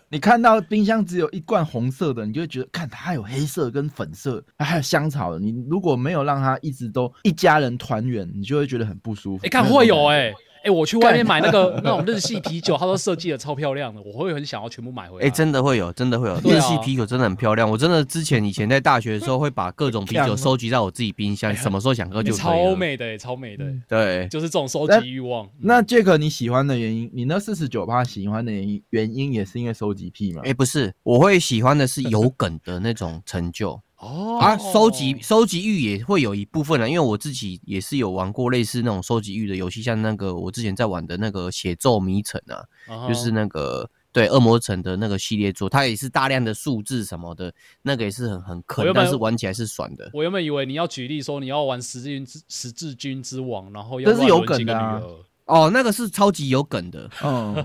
E: 你看到冰箱只有一罐红色的，你就会觉得，看它还有黑色跟粉色，还有香草的。你如果没有让它一直都一家人团圆，你就会觉得很不舒服。
B: 哎，看
E: 那种
B: 会有
E: 感觉
B: 哎、哎、我去外面买那个那种日系啤酒，它都设计的超漂亮的，我会很想要全部买回
D: 哎、
B: 来。
D: 真的会有，真的会有。
B: 对啊
D: 日系啤酒真的很漂亮，我真的之前以前在大学的时候会把各种啤
E: 呛
D: 酒
E: 哦
D: 收集在我自己冰箱，什么时候想喝
B: 哎
D: 就可以
B: 超
D: 喝。
B: 美的、哎超美的、哎
D: 对，
B: 就是这种收
E: 那
B: 集欲望。
E: 那 Jack 你喜欢的原因，你那四十九趴喜欢的原因，原因也是因为收集癖嘛
D: 哎、？不是，我会喜欢的是有梗的那种成就
B: 哦
D: 啊，收集收集欲也会有一部分啦，因为我自己也是有玩过类似那种收集欲的游戏，像那个我之前在玩的那个写咒迷城啊，
B: 啊
D: 就是那个对恶魔城的那个系列作，它也是大量的数字什么的，那个也是很很
B: 我
D: 坑
B: 原，本
D: 但是玩起来是爽的。
B: 我原本以为你要举例说你要玩十字军之十字军之王，然后要
E: 这是
B: 乱
E: 有
B: 伦
E: 梗
B: 几个
E: 的啊
B: 女儿
D: 哦，那个是超级有梗的，
E: 嗯，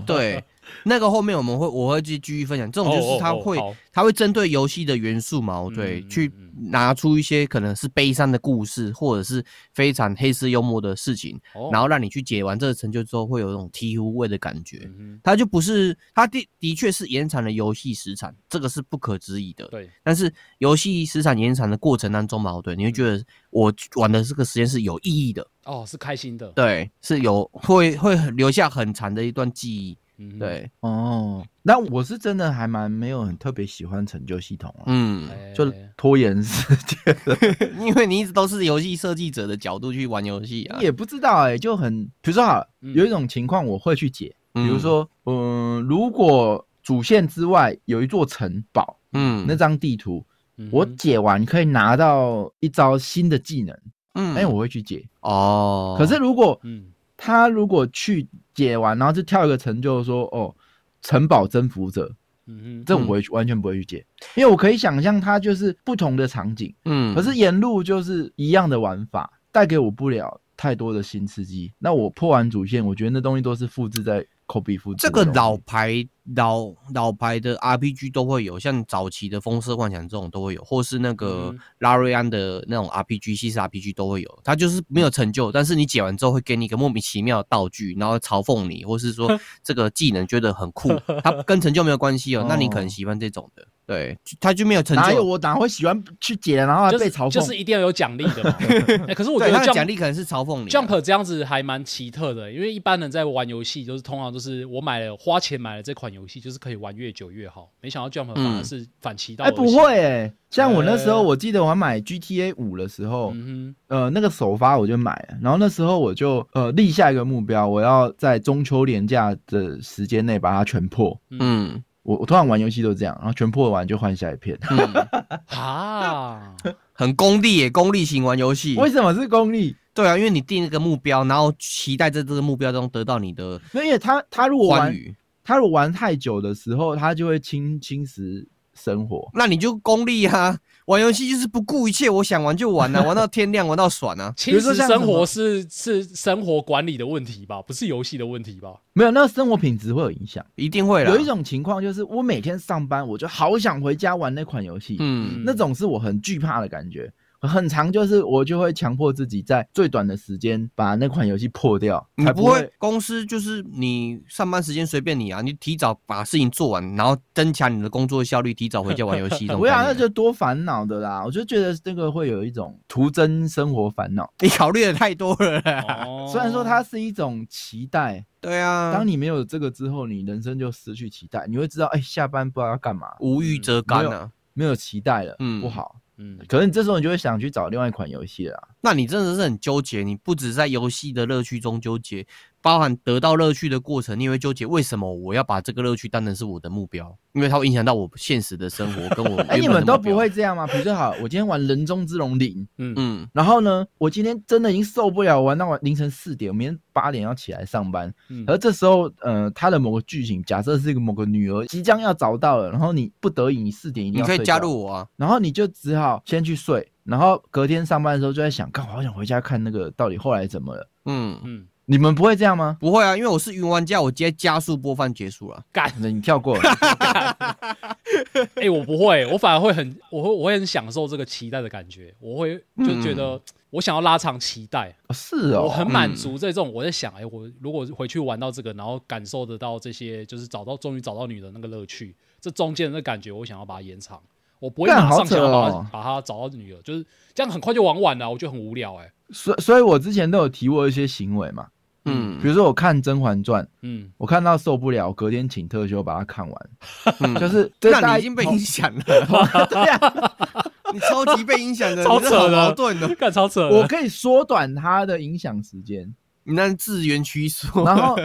D: 对，那个后面我们会我会继继续分享，这种就是他
B: 哦哦哦
D: 会
B: 好
D: 他会针对游戏的元素嘛，哦对，
B: 嗯
D: 去
B: 嗯
D: 拿出一些可能是悲伤的故事，或者是非常黑色幽默的事情，
B: 哦
D: 然后让你去解完这个成就之后，会有那种醍醐味的感觉。
B: 嗯
D: 它就不是，它的的确是延长了游戏时长，这个是不可置疑的
B: 哼，。对，
D: 但是游戏时长延长的过程当中嘛，哦对，你会
B: 嗯
D: 觉得我玩的这个时间是有意义的，
B: 哦，是开心的，
D: 对，是有会会留下很长的一段记忆，
B: 嗯哼，
D: 对，
E: 哦，那我是真的还蛮没有很特别喜欢成就系统啊，
D: 嗯，
B: 哎
E: 就拖延时间，
D: 因为你一直都是游戏设计者的角度去玩游戏啊，
E: 也不知道哎、就很，比如说好了，
B: 嗯
E: 有一种情况我会去解，
D: 比
E: 比如，说，嗯、如果主线之外有一座城堡，
D: 嗯
E: 那张地图
B: 嗯哼
E: 我解完可以拿到一招新的技能，
D: 嗯
E: 哎、我会去解。
D: 哦，
E: 可是如果
B: 嗯，
E: 他如果去解完，然后就跳一个成就说哦，城堡征服者，
B: 嗯哼，
E: 这我会完全不会去解，因为我可以想象它就是不同的场景，
D: 嗯，
E: 可是沿路就是一样的玩法，带给我不了太多的新刺激。那我破完主线，我觉得那东西都是复制在 copy 复制
D: 这
E: 的东
D: 个
E: 西。
D: 老牌老老牌的 RPG 都会有，像早期的《风色幻想》这种都会有，或是那个
B: 嗯
D: 拉瑞安的那种 RPG、西式 RPG 都会有。它就是没有成就，但是你解完之后会给你一个莫名其妙的道具，然后嘲讽你，或 是说这个技能觉得很酷，它跟成就没有关系哦。那你可能喜欢这种的，对，就它就没有成
E: 哪有
D: 就。
E: 我哪会喜欢去解，然后还
B: 就是
E: 被嘲讽？
B: 就是一定要有奖励 的嘛。哎，可是我觉
D: 对，
B: 得
D: 它的
B: Jump
D: 奖励可能是嘲讽你啊。
B: Jump 这样子还蛮奇特的，因为一般人在玩游戏，就是通常就是我买了花钱买了这款游戏，就是可以玩越久越好。没想到 Jump 反而
D: 嗯
B: 是反其道
E: 哎、
B: 而行。
E: 不会
D: 欸
E: 哎、像我那时候，
B: 呃
E: 我记得我买 GTA 五的时候，
B: 嗯
E: 呃，那个首发我就买了，然后那时候我就呃立下一个目标，我要在中秋连假的时间内把它全破。
D: 嗯
E: 我我通常玩游戏都这样，然后全破完就换下一片。
D: 嗯，
B: 哼，啊，
D: 很功利耶，功利型玩 游戏。
E: 为什么是功利？
D: 对啊，因为你定一个目标，然后期待在这个目标中得到你的
E: 那因为他他如果
D: 欢
E: 玩
D: 愉。
E: 他如果玩太久的时候，他就会侵侵蚀生活。
D: 那你就功利啊！玩游戏就是不顾一切，我想玩就玩啊， 玩到天亮，玩到爽啊！
B: 其
E: 如
B: 实
E: 说像
B: 生
E: 什么
B: 活是是生活管理的问题吧，不是游戏的问题 吧？
E: 没有，那生活品质会有影响。
D: 一定会啦。
E: 有一，种情况就是，我每天上班，我就好想回家玩那款游戏，
D: 嗯，
E: 那种是我很惧怕的感觉。很长就是我就会强迫自己在最短的时间把那款游戏破掉，
D: 你
E: 嗯才
D: 不
E: 会
D: 会公司就是你上班时间随便你啊，你提早把事情做完，然后增强你的工作效率，提早回家玩游 戏。这种
E: 不要、
D: 概
E: 那
D: 念
E: 就多烦恼的啦。我就觉得这个会有一种徒增生活烦恼。
D: 你考虑的太多了啦。
B: 哦
E: 虽然说它是一种期待，
D: 对啊，
E: 当
D: 你
E: 你没有这个之后，你人生就失去期待。你会知道，哎、下班不知道要干嘛，
D: 无欲则刚
E: 没
D: 啊。
E: 没有期待了，
D: 嗯
E: 不好。
B: 嗯
E: 可能你这时候你就会想去找另外一款游戏了啊。
D: 那你真的是很纠结，你不止在游戏的乐趣中纠结，包含得到乐趣的过程，你也会纠结为什么我要把这个乐趣当成是我的目标，因为它会影响到我现实的生活 跟我原本的目标。
E: 哎，你们都不会这样吗？比如说，好，我今天玩人中之龙零，
B: 嗯，
D: 嗯，
E: 然后呢，我今天真的已经受不了，玩到晚凌晨四点，我明天八点要起来上班。
B: 嗯
E: 而这时候，呃，他的某个剧情，假设是一个某个女儿即将要找到了，然后你不得已，你四点一定
D: 你
E: 要
D: 可以
E: 睡
D: 加
E: 觉
D: 入我啊，
E: 然后你就只好先去睡，然后隔天上班的时候就在想，干，我好想回家看那个到底后来怎么了。
D: 嗯，
B: 嗯，
E: 你们不会这样吗？
D: 不会啊，因为我是云玩家，我直接加速播放结束了。
B: 干，
E: 那你跳 过了，
B: 哎、我不会，我反而会很，我会我会很享受这个期待的感觉，我会就
E: 嗯
B: 觉得我想要拉长期待，
E: 哦是哦，
B: 我很满足这种。我在想，哎、我如果回去玩到这个，然后感受得到这些，就是找到终于找到女人那个乐趣，这中间的那感觉，我想要把它延长。我不会
E: 干
B: 马
E: 好
B: 上想
E: 扯
B: 要把它、
E: 哦
B: 把它找到女儿，就是这样很快就玩完了，我觉得很无聊哎、
E: 所所以，我之前都有提过一些行为嘛，
D: 嗯，
E: 比如说我看《甄嬛传》，
B: 嗯，
E: 我看到受不了，我隔天请特休把它看完，
D: 嗯
E: 就是这
D: 那
E: 大
D: 你
E: 家
D: 已经被影响了，
E: 对啊，
D: 你超级被影 响的，
B: 超
D: 你这好
B: 扯的
D: 矛盾哦的，
B: 干超扯的。
E: 我可以缩短它的影响时间。
D: 你那是自圆其说。
E: 然后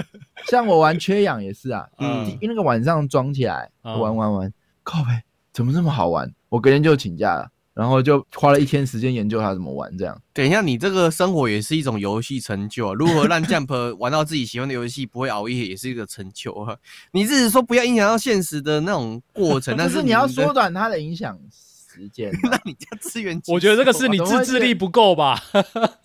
E: 像我玩缺氧也是啊，
B: 嗯
E: 第那个晚上装起来
B: 嗯
E: 玩玩玩，靠呗，怎么这么好玩？我隔天就请假了，然后就花了一天时间研究它怎么玩，这样。
D: 等一下，你这个生活也是一种游戏成就、啊，如何 让 Jump 玩到自己喜欢的游戏，不会熬夜，也是一个成就啊。你只是说不要影响到现实的那种过 程，
E: 就
D: 但
E: 是
D: 是
E: 你要
D: 的
E: 缩，短它的影响时间啊、
D: 那你叫自圆其说。
B: 我觉得这个是你自制力不够吧？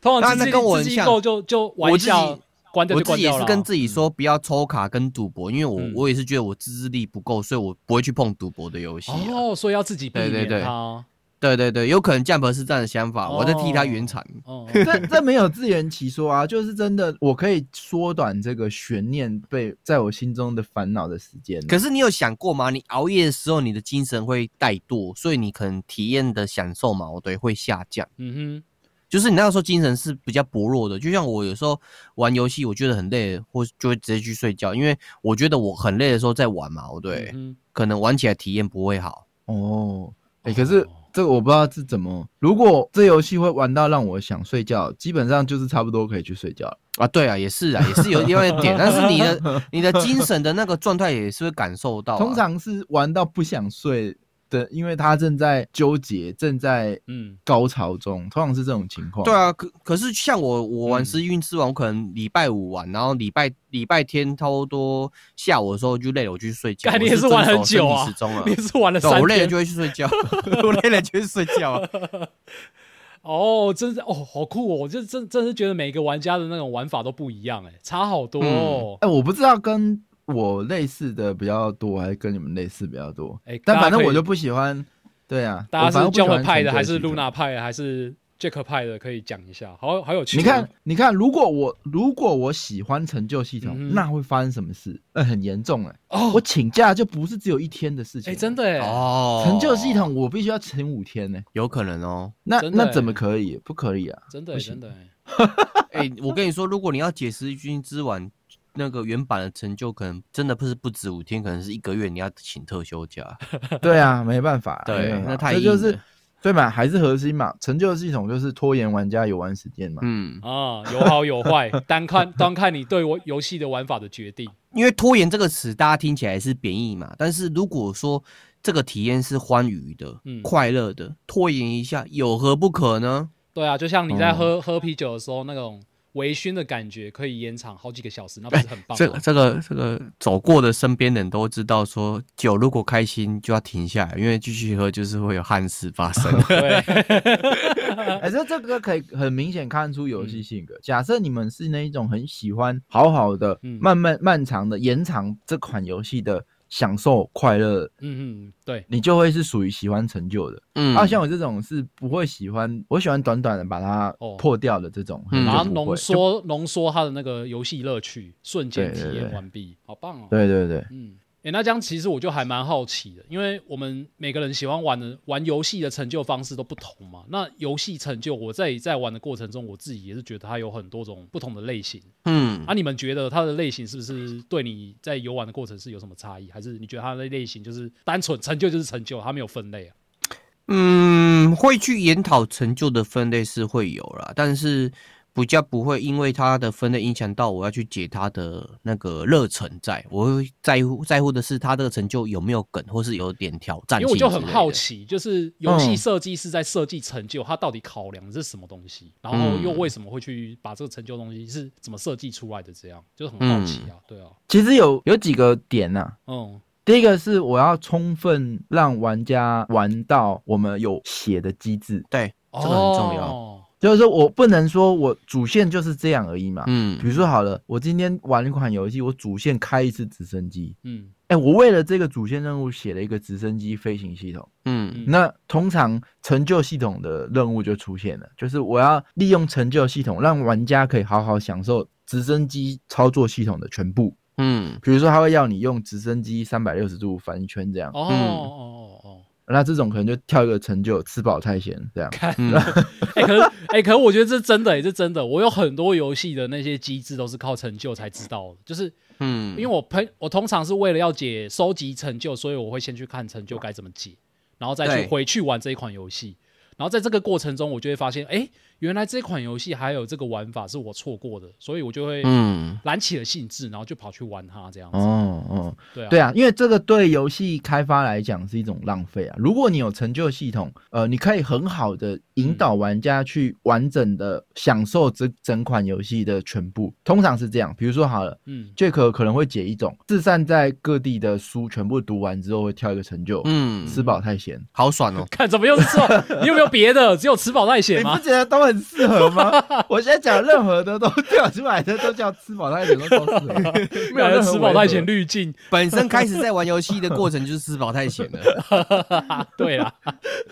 B: 通常自
D: 那
B: 制
D: 那跟我
B: 力
D: 很
B: 自制力
D: 像
B: 够就就玩一
D: 我
B: 下
D: 自己，
B: 关掉
D: 我
B: 就
D: 自
B: 关
D: 己也
B: 掉
D: 是
B: 了。啊
D: 跟自己说不要抽卡跟赌博，因为我、
B: 嗯
D: 我也是觉得我自制力不够，所以我不会去碰赌博的游戏、啊。
B: 哦，所以要自己避
D: 对对
B: 免
D: 对
B: 它哦。
D: 对对对，有可能 Jump 是这样的想法，我在替他圆场。
B: 哦，
E: 这这没有自圆其说啊，就是真的，我可以缩短这个悬念被在我心中的烦恼的时间。啊
D: 可是你有想过吗？你熬夜的时候，你的精神会怠惰，所以你可能体验的享受嘛，我对会下降。
B: 嗯
D: 就是你那个时候精神是比较薄弱的，就像我有时候玩游戏，我觉得很累，或就会直接去睡觉，因为我觉得我很累的时候在玩嘛，我
B: 哼，
D: 对，
B: 嗯
D: 可能玩起来体验不会好。
E: 哦，哎、可是这个我不知道是怎么。如果这游戏会玩到让我想睡觉，基本上就是差不多可以去睡觉了。
D: 啊，对啊，也是啊，也是有另外一点，但是你 的你的精神的那个状态也是会感受到啊、
E: 通常是玩到不想睡的，因为他正在纠结，正在
B: 嗯
E: 高潮中，通常是这种情况。
D: 对，啊，可可是像我，我玩
B: 嗯
D: 失运之王，我可能礼拜五玩，然后礼拜礼拜天差不多下午的时候就累了，我就去睡觉。
B: 干你
D: 我
B: 也是玩
D: 遵守
B: 很久啊
D: 身体时钟啊
B: 嗯，你是玩了
D: 对
B: 三
D: 我累了
B: 天
D: 就会去睡 觉，我累了就会睡觉啊。
B: 哦，真是哦，好酷哦！我就真真是觉得每个玩家的那种玩法都不一样，哎，差好
D: 嗯
B: 多哦。
E: 哎、我不知道跟我类似的比较多，还是跟你们类似比较多。
B: 哎大
E: 但
B: 家
E: 反正
B: 可以
E: 我就不喜欢。对啊，
B: 大
E: 我反
B: 家
E: 而
B: 是
E: 不喜欢
B: Jump 派的，
E: 沉
B: 还
E: 醉
B: 是
E: 系统
B: Luna 派的，还是 Jack 派的？可以讲一下，好好有趣哦。
E: 你看，你看，如果我如果我喜欢成就系统，
B: 嗯哼
E: 那会发生什么事？那、很严重哎、我
B: 哦，
E: 请假就不是只有一天的事情，
B: 哎，真、的哎，
D: 哦，
E: 成就系统我必须要请五天呢、
D: 有可能哦。
E: 那
B: 真的
E: 那
B: 欸
E: 怎么可以？不可以啊！
B: 真的
E: 不
B: 哎真
E: 行
B: 的哎，
D: 哎、我跟你说，如果你要解十军之王那个原版的成就，可能真的不是不止五天，可能是一个月，你要请特休假。
E: 对啊，没办法啊，
D: 对
E: 没办法
D: 那太
E: 这就
D: 硬
E: 是
D: 了
E: 对嘛，还是核心嘛，成就系统就是拖延玩家游玩时间嘛。
D: 嗯，
B: 啊，有好有坏， 单看单看你对我游戏的玩法的决定。
D: 因为拖延这个词，大家听起来是贬义嘛，但是如果说这个体验是欢愉的、
B: 嗯
D: 快乐的，拖延一下有何不可呢？
B: 对啊，就像你
E: 哦
B: 在喝、喝啤酒的时候那种微醺的感觉，可以延长好几个小时，那不是很棒哦
D: 这
B: 吗？
D: 这个这个走过的身边人都知道，说酒如果开心就要停下来，因为继续喝就是会有憾事发生。
B: 对， 嗯
D: 嗯
E: 哎、这这个可以很明显看出游戏性格。假设你们是那一种很喜欢好好的、
B: 嗯
E: 慢慢漫长的延长这款游戏的享受快乐，
B: 嗯嗯，对，
E: 你就会是属于喜欢成就的。
D: 嗯
E: 啊，像我这种是不会喜欢，我喜欢短短的把它
B: 哦
E: 破掉的这种，
D: 嗯
B: 然
E: 然
B: 后
E: 后
B: 浓。缩浓缩它的那个游戏乐趣，瞬间体
E: 对对
B: 验
E: 对
B: 完毕，好棒哦。
E: 对对对，
B: 嗯，诶，那这样其实我就还蛮好奇的，因为我们每个人喜欢玩的玩游戏的成就方式都不同嘛。那游戏成就，我在在玩的过程中，我自己也是觉得它有很多种不同的类型。
D: 嗯
B: 啊，你们觉得它的类型是不是对你在游玩的过程是有什么差异，还是你觉得它的类型就是单纯成就就是成就，它没有分类啊？
D: 嗯，会去研讨成就的分类是会有啦，但是比较不会因为它的分类影响到我要去解它的那个热忱在，我会在乎在乎的是它这个成就有没有梗，或是有点挑战
B: 因
D: 性
B: 为我就
D: 之
B: 很
D: 类
B: 好
D: 的，
B: 奇，就是游戏
E: 嗯
B: 设计师在设计成就，他到底考量的是什么东西，然后
D: 嗯
B: 又为什么会去把这个成就东西是怎么设计出来的？这样就是很好奇
D: 嗯
B: 啊，对啊，
E: 其实有有几个点啊呐、
B: 嗯
E: 第一个是我要充分让玩家玩到我们有写的机制，
D: 对，这个很重要。
B: 哦
E: 就是说我不能说我主线就是这样而已嘛。比
B: 啊
D: 嗯
E: 如说好了，我今天玩一款游戏，我主线开一次直升机，
B: 嗯
E: 哎，我为了这个主线任务写了一个直升机飞行系统。
D: 嗯
B: 嗯
E: 那通常成就系统的任务就出现了，就是我要利用成就系统，让玩家可以好好享受直升机操作系统的全部。
D: 嗯
E: 比如说，他会要你用直升机三百六十度翻一圈这样，
B: 哦
D: 嗯
B: 哦哦哦。
E: 那这种可能就跳一个成就，吃饱太闲这样。
D: 嗯，
B: 哎、可是哎、可是我觉得这真的、欸，这真的，我有很多游戏的那些机制都是靠成就才知道的，就是
D: 嗯，
B: 因为我朋我通常是为了要解收集成就，所以我会先去看成就该怎么
E: 嗯
B: 解，然后再去
D: 对
B: 回去玩这一款游戏。然后在这个过程中，我就会发现，哎、原来这款游戏还有这个玩法是我错过的，所以我就会
D: 嗯
B: 燃起了兴致，然后就跑去玩它这样子。
E: 哦哦，
B: 对啊，
E: 对啊，因为这个对游戏开发来讲是一种浪费啊。如果你有成就系统，呃，你可以很好的引导
B: 嗯
E: 玩家去完整的享受这整款游戏的全部。通常是这样，比如说好了。
B: 嗯，，
E: 杰克可能会解一种自散在各地的书全部读完之后，会挑一个成就，
D: 嗯，
E: 吃饱太闲。
D: 好爽 哦
B: 看怎么又是这种，你有没有别的？只有吃饱太闲
E: 你不
B: 吗？
E: 觉得都很适合 吗？我现在讲任何的都 跳出来的都叫吃饱太闲，都超适合。
B: 没有人吃饱太闲
E: 律。
B: 滤镜。
D: 本身开始在玩游戏的过程就是吃饱太闲 了，
B: 对啦，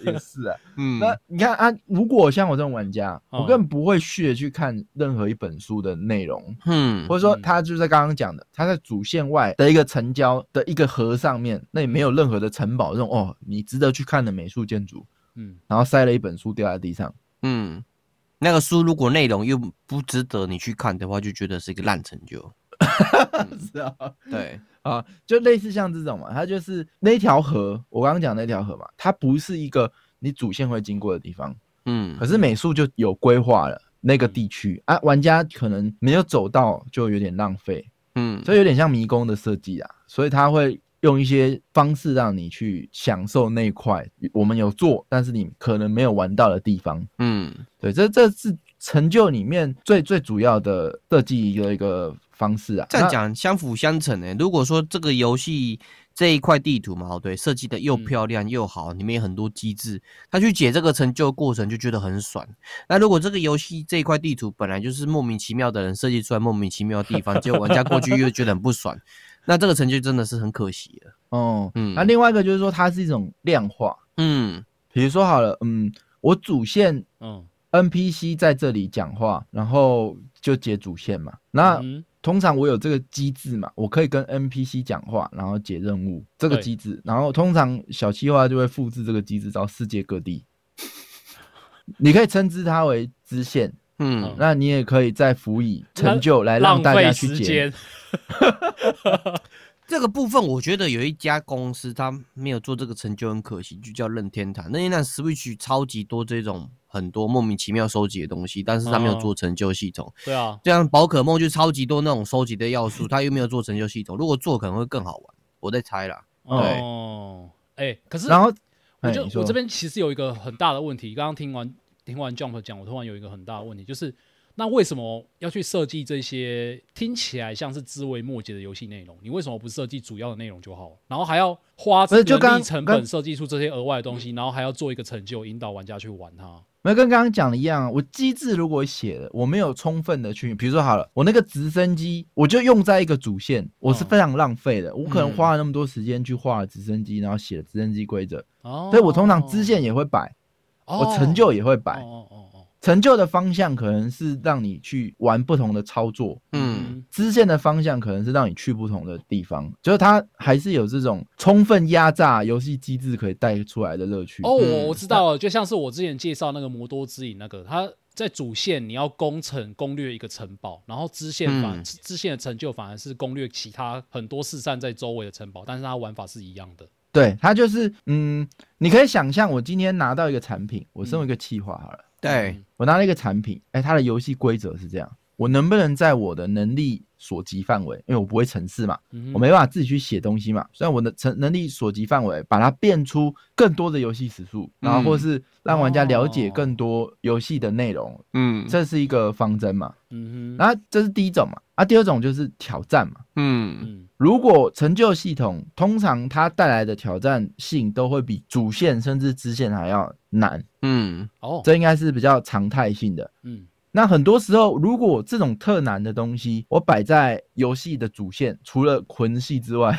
E: 也是啊。
D: 嗯
E: 嗯 那你看啊，如果像我这种玩家，
B: 哦
E: 我根本不会去去看任何一本书的内容，
D: 嗯
E: 或者说
B: 嗯
E: 他就是刚刚讲的，他在主线外的一个城郊的一个河上面，那也没有任何的城堡这种哦，你值得去看的美术建筑，
B: 嗯，
E: 然后塞了一本书掉在地上。
D: 嗯，那个书如果内容又不值得你去看的话，就觉得是一个烂成 就。 嗯
E: 是啊，
D: 对，
E: 啊，就类似像这种嘛，它就是那条河，我刚刚讲那条河嘛，它不是一个你主线会经过的地方，
D: 嗯
E: 可，是美术就有规划了。那个地区啊，玩家可能没有走到，就有点浪费。
D: 嗯，
E: 所以有点像迷宫的设计啊，所以它会用一些方式让你去享受那一块我们有做，但是你可能没有玩到的地方。
D: 嗯
E: 对，这这是成就里面最最主要的设计一个一个方式啊。
D: 这样
E: 那
D: 讲相辅相成诶、如果说这个游戏这一块地图嘛，哦对，设计的又
B: 嗯
D: 漂亮又好，里面有很多机制，他去解这个成就过程就觉得很爽。那如果这个游戏这一块地图本来就是莫名其妙的人设计出来莫名其妙的地方，结果玩家过去又觉得很不爽，那这个成就真的是很可惜了。
E: 哦，
D: 嗯
E: 那另外一个就是说它是一种量化，
D: 嗯
E: 比如说好了，嗯，我主线
B: 嗯，
E: NPC 在这里讲话，然后就解主线嘛。 那
B: 嗯
E: 通常我有这个机制嘛，我可以跟 NPC 讲话，然后解任务这个
B: 对
E: 机制，然后通常小企划就会复制这个机制到世界 各地。你可以称之它为支线，
D: 嗯，
E: 那你也可以再辅以成就来让
B: 浪
E: 大家
B: 费
E: 去
B: 时
E: 解。
B: 间。
D: 这个部分，我觉得有一家公司它没有做这个成就，很可惜，就叫任天堂。任天堂 Switch 超级多这种很多莫名其妙收集的东西，但是它没有
B: 哦
D: 做成就系统。
B: 对 啊，
D: 这样宝可梦就超级多那种收集的要素，它又没有做成就系统。如果做可能会更好玩，我在猜啦。对
B: 哦，哎、可是
E: 然后，
B: 我
E: 哎
B: 就
E: 你说
B: 我这边其实有一个很大的问题，刚刚听完听完 Jump 讲，我突然有一个很大的问题，就是那为什么要去设计这些听起来像是枝微末节的游戏内容？你为什么不设计主要的内容就好了？然后还要花
E: 不是就刚
B: 人力成本
E: 刚
B: 设计出这些额外的东西，然后还要做一个成就，引导玩家去玩它。
E: 那跟刚刚讲的一样啊，我机制如果写了，我没有充分的去，比如说好了，我那个直升机我就用在一个主线，我是
B: 嗯
E: 非常浪费的，我可能
D: 嗯
E: 花了那么多时间去画了直升机，然后写了直升机规则，
B: 哦，
E: 所以我通常支线也会摆，
B: 哦，
E: 我成就也会摆，
B: 哦哦哦
E: 成就的方向可能是让你去玩不同的操作，
D: 嗯，
E: 支线的方向可能是让你去不同的地方，就是它还是有这种充分压榨游戏机制可以带出来的乐趣。
B: 哦，我
D: 嗯
B: 我知道了，就像是我之前介绍那个魔多之影那个，它在主线你要攻城攻略一个城堡，然后支线反、
D: 嗯
B: 支线的成就反而是攻略其他很多四散在周围的城堡，但是它玩法是一样的。
E: 对，它就是嗯，你可以想象，我今天拿到一个产品，我身为一个企划好了，
D: 对，
E: 我拿了一个产品，哎、它的游戏规则是这样，我能不能在我的能力所及范围，因为我不会程式嘛，
B: 嗯哼
E: 我没办法自己去写东西嘛，虽然我的成能力所及范围，把它变出更多的游戏时数，然后或
B: 嗯
E: 是让玩家了解更多游戏的内容，
D: 嗯
E: 这是一个方针嘛。
B: 嗯哼，
E: 然后这是第一种嘛，啊，第二种就是挑战嘛。
D: 嗯
B: 嗯
E: 如果成就系统通常它带来的挑战性都会比主线甚至支线还要难，
D: 嗯
B: 哦，
E: 这应该是比较常态性的。
B: 嗯
E: 那很多时候，如果这种特难的东西我摆在游戏的主线，除了魂系之外，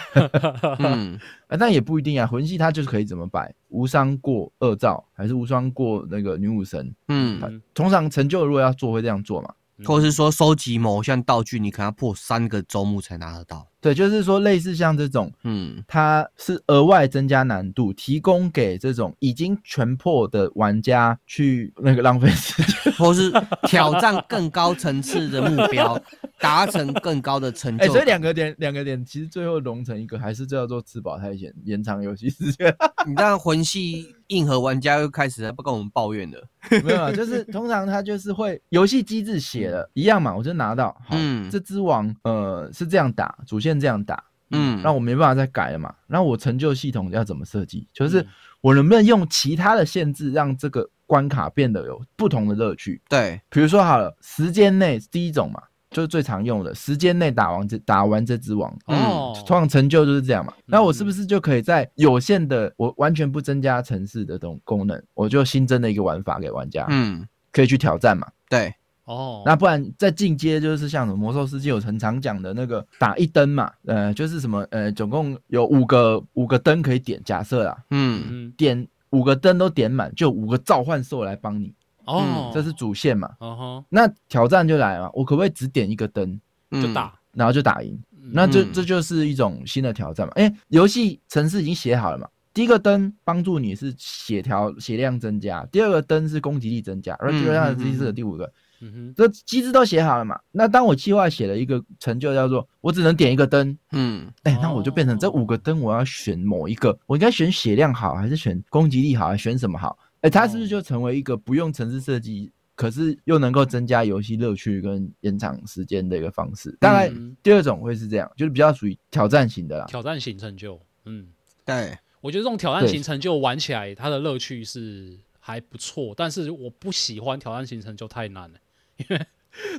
D: 嗯
E: 啊，但也不一定啊。魂系它就是可以怎么摆，无伤过恶兆，还是无伤过那个女武神。
D: 嗯，
E: 通常成就如果要做，会这样做嘛？
D: 或是说收集某项道具，你可能要破三个周目才拿得到。
E: 对，就是说类似像这种，
D: 嗯
E: 它是额外增加难度，提供给这种已经全破的玩家去那个浪费时间。
D: 或是挑战更高层次的目 标，达成更高的成就
E: 哎、
D: 感。
E: 所以两个点，两个点其实最后融成一个，还是叫做吃饱太闲，延长游戏时间。
D: 你让魂系硬核玩家又开始不跟我们抱怨了。
E: 没有，啊，就是通常他就是会游戏机制写了一样嘛，我就拿到，好，
D: 嗯
E: 这只王呃是这样打，主线这样打，
D: 嗯，
E: 那我没办法再改了嘛，那我成就系统要怎么设计？就是我能不能用其他的限制让这个关卡变得有不同的乐趣？
D: 对，
E: 比如说好了，时间内第一种嘛，就是最常用的，时间内打完这打完这只王，
B: 哦，
E: 通常成就就是这样嘛。那我是不
B: 嗯
E: 是就可以在有限的，我完全不增加城市的东功能，我就新增了一个玩法给玩家？
D: 嗯，
E: 可以去挑战嘛。
D: 对，
B: 哦，
E: 那不然再进阶就是像什么魔兽世界有很常讲的那个打一灯嘛，呃，就是什么呃，总共有五个五个灯可以点，假设啊，
D: 嗯
B: 嗯
E: 点五个灯都点满，就有五个召唤兽来帮你，
B: 哦，
E: 嗯这是主线嘛。
B: 哦
E: 那挑战就来了，我可不可以只点一个灯，
B: 哼，
D: 嗯，
B: 就打，
E: 然后就打赢？那这
D: 嗯
E: 这就是一种新的挑战嘛。哎，游戏程式已经写好了嘛。第一个灯帮助你是血条血量增加，第二个灯是攻击力增加，而第二
D: 嗯
E: 个
D: 嗯
E: 第四
D: 嗯
E: 个第五个，
B: 嗯
E: 这机制都写好了嘛？那当我计划写了一个成就叫做我只能点一个灯，
D: 嗯
E: 哎、那我就变
B: 哦
E: 成这五个灯我要选某一个，我应该选血量好，还是选攻击力好，还是选什么好？哎、它
B: 哦
E: 是不是就成为一个不用城市设计，可是又能够增加游戏乐趣跟延长时间的一个方式？大概
B: 嗯
E: 第二种会是这样，就是比较属于挑战型的啦
B: 哼，。挑战型成就，嗯，
D: 对，
B: 我觉得这种挑战
E: 对
B: 型成就玩起来，它的乐趣是还不错，但是我不喜欢挑战型成就太难了， 因为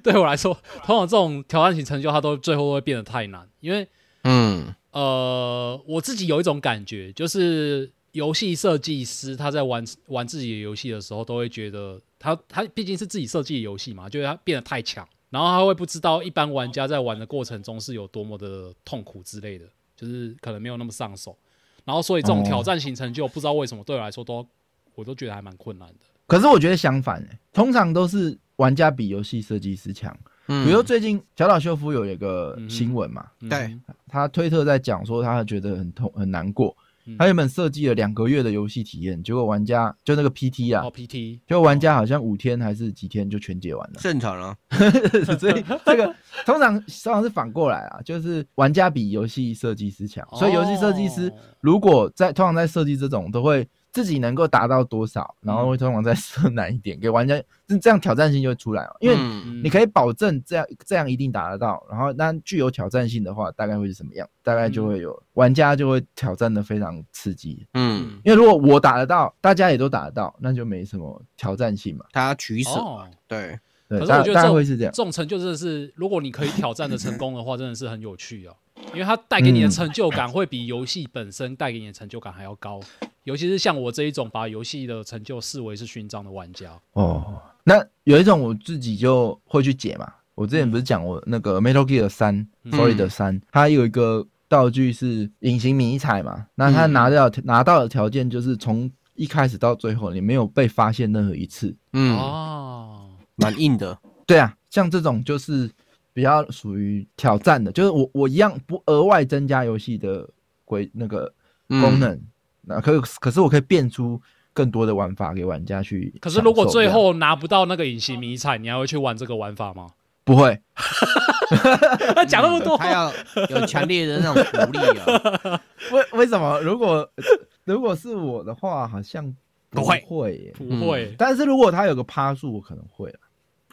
B: 对我来说，通常这种挑战型成就它都最后都会变得太难，因为
D: 嗯
B: 呃，我自己有一种感觉，就是游戏设计师他在玩玩自己的游戏的时候，都会觉得他他毕竟是自己设计的游戏嘛，就是他变得太强，然后他会不知道一般玩家在玩的过程中是有多么的痛苦之类的，就是可能没有那么上手，然后所以这种
E: 哦
B: 挑战型成就，不知道为什么对我来说都我都觉得还蛮困难的。
E: 可是我觉得相反、欸，通常都是玩家比游戏设计师强。
D: 嗯，
E: 比如说最近小岛秀夫有一个
B: 嗯哼
E: 新闻嘛，
B: 嗯
D: 对
E: 他推特在讲说他觉得很痛很难过
B: 嗯，
E: 他原本设计了两个月的游戏体验，结果玩家就那个 PT 啊
B: 哦，PT
E: 就玩家好像五天还是几天就全解完 了，
D: 正常啊，
E: 所以这个通常通常是反过来啊，就是玩家比游戏设计师强，所以游戏设计师
B: 哦
E: 如果在通常在设计这种都会。自己能够达到多少，然后会通常再设难一点给玩家，这这样挑战性就会出来了。因为
D: 嗯
E: 你可以保证这样这样一定达得到，然后那具有挑战性的话，大概会是什么样？大概就
B: 嗯
E: 会有、玩家就会挑战的非常刺激，
D: 嗯，
E: 因为如果我打得到，大家也都打得到，那就没什么挑战性嘛。
D: 他取舍，
B: 哦，
D: 对，
E: 对
B: 可，是
E: 大
B: 我觉得这
E: 大概
B: 种
E: 会是这样。
B: 种成就真的是，如果你可以挑战的成功的话，真的是很有趣啊，因为它带给你的
E: 嗯
B: 成就感会比游戏本身带给你的成就感还要高。尤其是像我这一种把游戏的成就视为是勋章的玩家，
E: 哦，那有一种我自己就会去解嘛。我之前不是讲我那个 Metal Gear 三、
B: 嗯
E: Solid 三，它有一个道具是隐形迷彩嘛。那它
D: 嗯
E: 拿到、拿到的条件就是从一开始到最后，你没有被发现任何一次。
D: 嗯，
B: 哦，
D: 蛮硬的，
E: 对啊，像这种就是比较属于挑战的，就是我我一样不额外增加游戏的规那个
D: 嗯
E: 功能，那、可可是我可以变出更多的玩法给玩家去享受。
B: 可是如果最
E: 这样
B: 后拿不到那个隐形迷彩，你还会去玩这个玩法吗？
E: 不 会，
B: 讲那么多，
D: 嗯他要有强烈的 那种鼓励啊，
E: 为为什么？如果如果是我的话，好像
D: 不会
E: 会耶。
B: 不
D: 嗯
B: 会，
E: 但是如果它有个趴数，我可能会啦。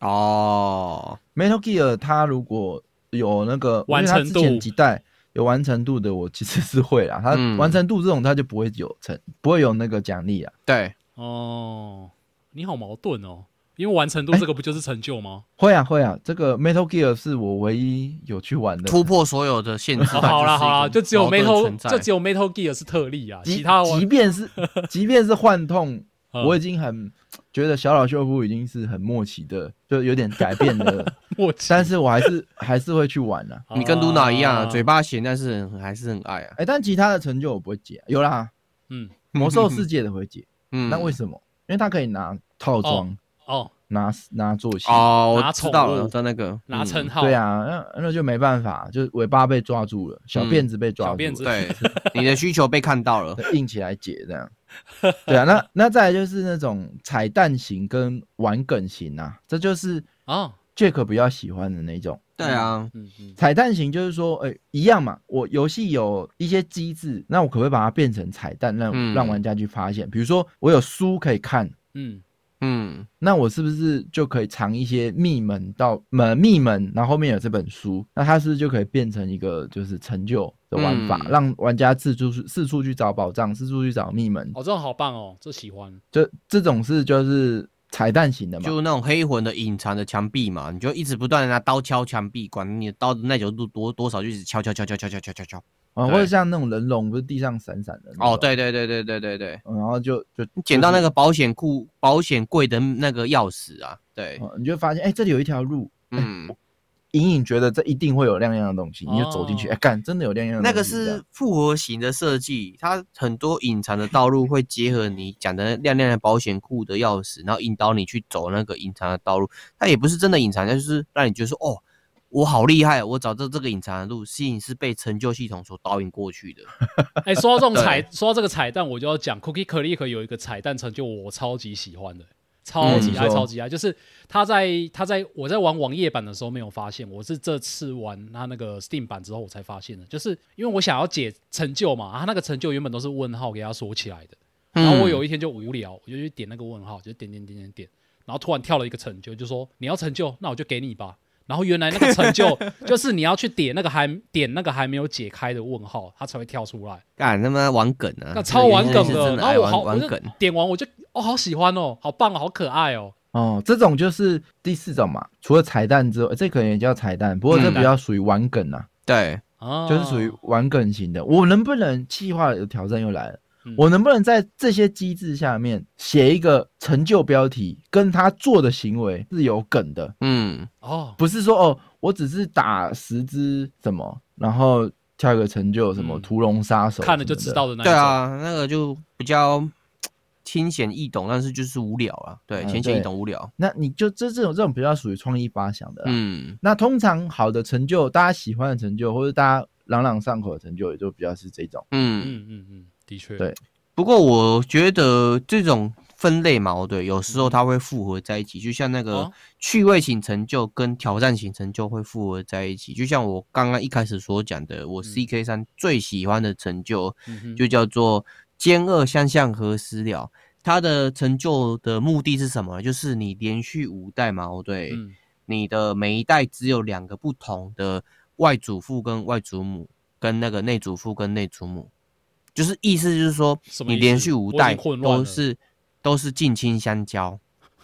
D: 哦，
E: Metal Gear 它如果有那个
B: 完成度
E: 因为它之前几代有完成度的，我其实是会啦。它
D: 嗯
E: 完成度这种，它就不会有成，不会有那个奖励啊。
D: 对，
B: 哦，你好矛盾哦，因为完成度
D: 哎
B: 这个不就是成就 吗？
E: 会啊会啊，这个 Metal Gear 是我唯一有去玩的。
D: 突破所有的限制。
B: 哦好啦好啦，就只有 Metal 就只
D: 有
B: 有 Metal Gear 是特例啊，
E: 即
B: 其他我
E: 即 便是即便是幻痛，
B: 嗯
E: 我已经很觉得小岛秀夫已经是很默契的，就有点改 变的，
B: 默契。
E: 但是我还是还是会去玩啦。
D: 你跟 Luna 一样啊，
B: 啊
D: 嘴巴闲，但是很还是很爱啊。
E: 哎、但其他的成就我不会解，有啦，
B: 嗯
E: 魔兽世界的会解，
D: 嗯
E: 那为什么？因为它可以拿套装、
B: 哦，
E: 拿拿坐骑。
D: 哦，我
B: 拿
D: 知
B: 宠
D: 道
B: 物
D: 了，在那个
B: 拿
D: 嗯
B: 称号
E: 对啊，那那就没办法，就是尾巴被抓住了，小
D: 嗯
E: 辫子被抓住
B: 小
E: 了，
B: 辫子
D: 对，你的需求被看到了。
E: 对硬起来解这样。对啊，那那再来就是那种彩蛋型跟玩梗型啊，这就是
B: 啊，
E: Jack 比较喜欢的那种。
D: 对啊，
B: 嗯嗯，
E: 彩蛋型就是说，哎、一样嘛，我游戏有一些机制，那我可不可以把它变成彩蛋，让、
D: 嗯
E: 让玩家去发现？比如说我有书可以看，
B: 嗯，
D: 嗯，
E: 那我是不是就可以藏一些密门到门密门，然后后面有这本书，那它是不是就可以变成一个就是成就的玩法，
D: 嗯
E: 让玩家四处四处去找宝藏，四处去找密门？
B: 哦，这种好棒哦，这喜欢。
E: 就这种是就是彩蛋型的嘛？
D: 就那种黑魂的隐藏的墙壁嘛，你就一直不断的拿刀敲墙壁，管你的刀的耐久度多多少，就一直敲敲敲敲敲敲敲敲敲。
E: 啊，
D: 对
E: 或者像那种人龙不是地上闪闪的那
D: 哦，
E: 种，
D: 对对对对对对对，
E: 嗯然后嗯就就
D: 你捡到那个保险库保险柜的那个钥匙啊，对，
E: 哦你就发现哎、这里有一条路，
D: 嗯，
E: 隐隐觉得这一定会有亮亮的东西，你就走进去，
B: 哦
E: 哎、干，真的有亮亮的
D: 那
E: 东
D: 个
E: 西。这样
D: 是复合型的设计，它很多隐藏的道路会结合你讲的亮亮的保险库的钥匙，然后引导你去走那个隐藏的道路。它也不是真的隐藏，它就是让你觉得说，哦，我好厉害，我找到这个隐藏的路，吸引是被成就系统所导引过去的。
B: 哎，说 到这种彩，说到这个彩蛋，我就要讲 Cookie Click 有一个彩蛋成就，我超级喜欢的，超级爱，
E: 嗯你说
B: 超级爱。就是他在他在我在玩网页版的时候没有发现，我是这次玩他那个 Steam 版之后我才发现的，就是因为我想要解成就嘛，啊，他那个成就原本都是问号给他锁起来的。嗯然后我有
D: 一
B: 一天就无聊，我就去点那个问号，就点点点点点，然后突然跳了一个成就，就说你要成就，那我就给你吧。然后原来那个成 就就是你要去点那个还点那个还没有解开的问号，它才会跳出来，
D: 干他妈玩梗啊，
B: 那超玩梗
D: 这个
B: 的。
D: 真
B: 然
D: 爱
B: 后我好，
D: 玩
B: 我
D: 玩
B: 就
D: 梗，
B: 点完我就哦，好喜欢哦，好棒哦，好可爱哦。
E: 哦，这种就是第四种嘛。除了彩蛋之外，这可能也叫彩蛋，不过这
D: 嗯哦
E: 比较属于玩梗啊，
D: 对，
B: 啊，
E: 就是属于玩梗型的。我能不能气化的挑战又来了
B: 嗯？
E: 我能不能在这些机制下面写一个成就标题，跟他做的行为是有梗的？
D: 嗯，
B: 哦，
E: 不是说哦，我只是打十只什么，然后跳一个成就什么
B: 嗯
E: 屠龙杀手，
B: 看了就知。道的那一
D: 对
B: 种。
D: 啊，那个就比较浅显易懂，但是就是无聊啊，对，
E: 嗯
D: 浅显易
E: 对
D: 懂无聊，
E: 那你就这这种这种比较属于创意发想的
B: 啊
E: 啦，
D: 嗯
E: 那通常好的成就，大家喜欢的成就，或者大家朗朗上口的成就，也就比较是这种。
D: 嗯。
B: 嗯嗯嗯，的确，
E: 对
D: 不过我觉得这种分类矛盾有时候它会复合在一起，就像那个
B: 嗯哦
D: 趣味型成就跟挑战型成就会复合在一起。就像我刚刚一开始所讲的，我 CK 三最喜欢的成就
B: 嗯哼
D: 就叫做“歼二相向何时了”。它的成就的目的是什么呢？就是你连续五代矛对，
B: 嗯
D: 你的每一代只有两个不同的外祖父跟外祖母，跟那个内祖父跟内祖母，就是意思就是说
B: 什，么意
D: 你
B: 思
D: 连续五代
B: 我已经混乱了
D: 都是都是近亲相交，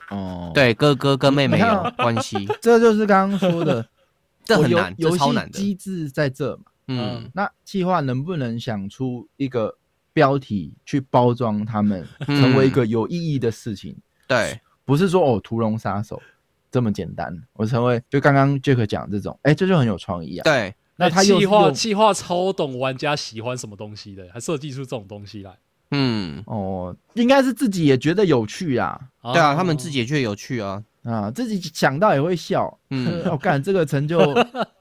E: 哦，，
D: 对哥哥跟妹妹
E: 你看
D: 有
E: 哦
D: 关 系，
E: 这就是刚刚说的，
D: 这
E: 我
D: 很
E: 游
D: 难，这
E: 游
D: 超
E: 戏
D: 难的。
E: 机制在这嘛，
D: 嗯
E: 那计划能不能想出一个标题去包装他们，
D: 嗯
E: 成为一个有意义的事情？
D: 对，
E: 不是说哦，屠龙杀手这么简单。我成为就刚刚 Jack 讲这种，哎、这就很有创意啊。
D: 对，
E: 那他又
B: 气
E: 是
B: 化
E: 用
B: 气化超懂玩家喜欢什么东西的，还设计出这种东西来。
D: 嗯，
E: 哦，应该是自己也觉得有趣啊，
D: 对啊，
B: 哦
D: 他们自己也确有趣啊，
E: 啊，自己想到也会笑。
D: 嗯，
E: 我干、这个 成就，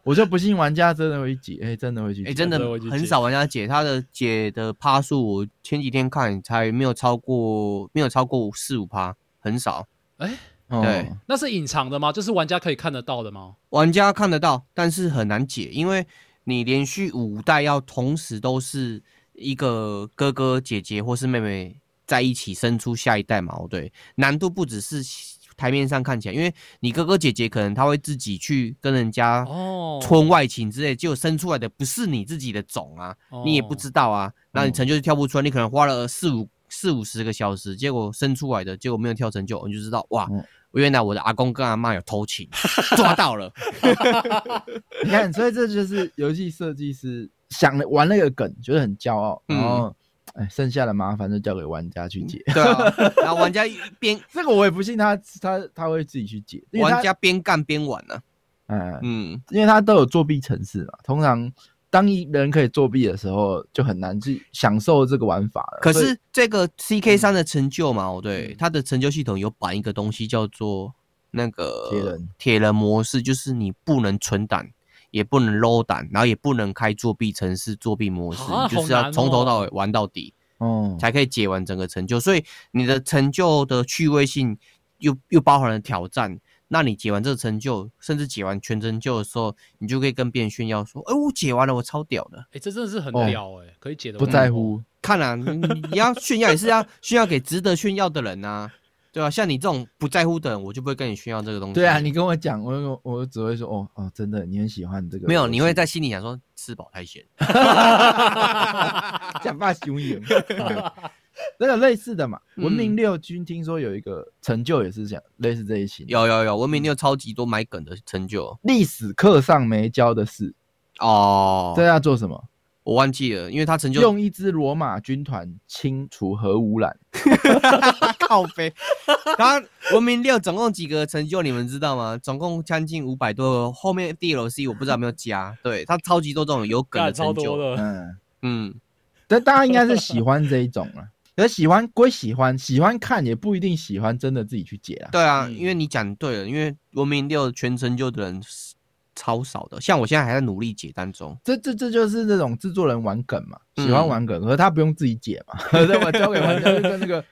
E: 我就不信玩家真的会解，哎、真的会去解。
D: 哎，真的
B: 对我已经
D: 很
B: 解
D: 少玩家解他的解的趴数，我前几天看才没有超过没有超过四五趴，很少。
E: 哦
D: 对
B: 那是隐藏的吗？就是玩家可以看得到的吗？
D: 玩家看得到，但是很难解，因为你连续五代要同时都是一个哥哥、姐姐或是妹妹在一起生出下一代嘛，对，难度不只是台面上看起来，因为你哥哥姐姐可能他会自己去跟人家
B: 哦，
D: 婚外情之类，结果生出来的不是你自己的种啊，
B: 哦
D: 你也不知道啊，那你成就是跳不出来，你可能花了四五四五十个小时，结果生出来的结果没有跳成就，你就知道哇
E: 嗯，
D: 原来我的阿公跟阿妈有偷情，抓到了，
E: 你看，所以这就是游戏设计师想了玩那个梗，觉得很骄傲，
D: 嗯
E: 然后哎，剩下的麻烦就交给玩家去解。
D: 对啊，然后玩家一边
E: 这个我也不信他他他会自己去解， 因为他
D: 玩家边干边玩呢、
E: 嗯，
D: 嗯，
E: 因为他都有作弊程式嘛，通常。当一人可以作弊的时候，就很难去享受这个玩法了。
D: 可
E: 所以嗯
D: 是这个 CK 三的成就嘛，哦对
B: 嗯，
D: 它的成就系统有绑一个东西叫做那个
E: 铁人
D: 铁人模式，就是你不能存档，也不能 low 档，然后也不能开作弊城市作弊模式，
B: 啊
D: 你就
B: 好
D: 是要
B: 难
D: 从头
B: 哦
D: 到尾玩到底。
E: 哦，
D: 才可以解完整个成就。所以你的成就的趣味性又又包含了挑战。那你解完这个成就，甚至解完全成就的时候，你就可以跟别人炫耀说：“哎、我解完了，我超屌的
B: 哎，这真的是很
E: 哦
B: 屌哎，可以解的
E: 不在乎，！”
D: 看啊，你你要炫耀也是要炫耀给值得炫耀的人啊，对吧、像你这种不在乎的人，我就不会跟你炫耀这个东西。
E: 对啊，你跟我讲，我我只会说哦哦，真的，你很喜欢这个游戏，
D: 没有， 你会在心里想说：“吃饱太闲。
E: 假发 雄鹰，啊真的类似的嘛。
D: 嗯
E: 文明六军听说有一个成就也是这样，类似这一型”。
D: 有有有，文明六超级多买梗的成就
E: 历史课上没教的事，
D: 哦，
E: 这要做什么？
D: 我忘记了，因为他成就
E: 用一支罗马军团清除核污染。
D: 靠背。他文明六总共几个成就，你们知道吗？总共将近五百多个，后面 DLC 我不知道有没有加。对他超级多这种有梗的
B: 干超
D: 成
B: 多
D: 就，
B: 的，
E: 嗯，
D: 嗯，
E: 但大家应该是喜欢这一种 了。可是喜欢归喜欢，喜欢看也不一定喜欢真的自己去解啊。
D: 对啊，
B: 嗯
D: 因为你讲对了，因为文明六全成就的人是超少的，像我现在还在努力解单中。
E: 这这这就是那种制作人玩梗嘛，
D: 嗯
E: 喜欢玩梗，可是他不用自己解嘛， 对吧？交给玩家就跟 那个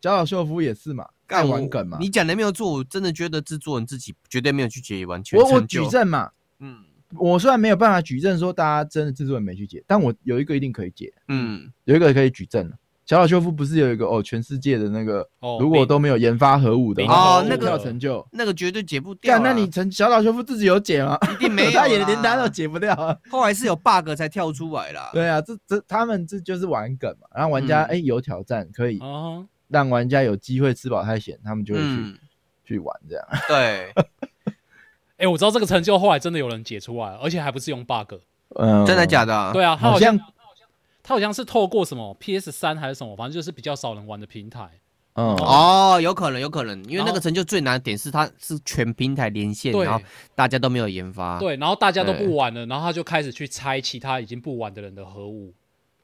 E: 小岛秀夫也是嘛，爱
D: 干
E: 玩梗嘛。
D: 你讲的没有错，我真的觉得制作人自己绝对没有去解完全
E: 我我
D: 成就。
E: 举证嘛，
D: 嗯
E: 我虽然没有办法举证说大家真的制作人没去解，但我有一个一定可以解，
D: 嗯，
E: 有一个可以举证了。小岛秀夫不是有一个哦，全世界的那个、
B: 哦
E: 如果都没有研发核武的
B: 零
D: 哦
E: 话，我
D: 那个
E: 跳成就。
D: 那个绝对解不掉
E: 干，
D: 啊。
E: 那你成小岛秀夫自己有解吗？
D: 一定没有啦，啊
E: 他也连单都解不掉啊。
D: 后来是有 bug 才跳出来啦。
E: 对啊，这这他们这就是玩梗嘛。然后玩家
D: 嗯
E: 哎、有挑战，可以
B: 啊，
E: 让玩家有机会吃饱太闲，他们就会去、
D: 嗯，
E: 去玩这样。
D: 对。
B: 哎，我知道这个成就后来真的有人解出来，而且还不是用 bug，
E: 嗯，
D: 真的假的、啊？
B: 对啊，他
E: 好
B: 好像
E: 像
B: 他好像是透过什么 PS 三还是什么，反正就是比较少人玩的平台，
E: 嗯
D: 哦，有可能，有可能，因为
B: 然
D: 那
B: 后
D: 个成就最难的点是它是全平台连线，
B: 对
D: 然后大家都没有研
E: 啊
D: 发。，
B: 对，然后大家都
D: 对
B: 不玩了，然后他就开始去猜其他已经不玩的人的核武，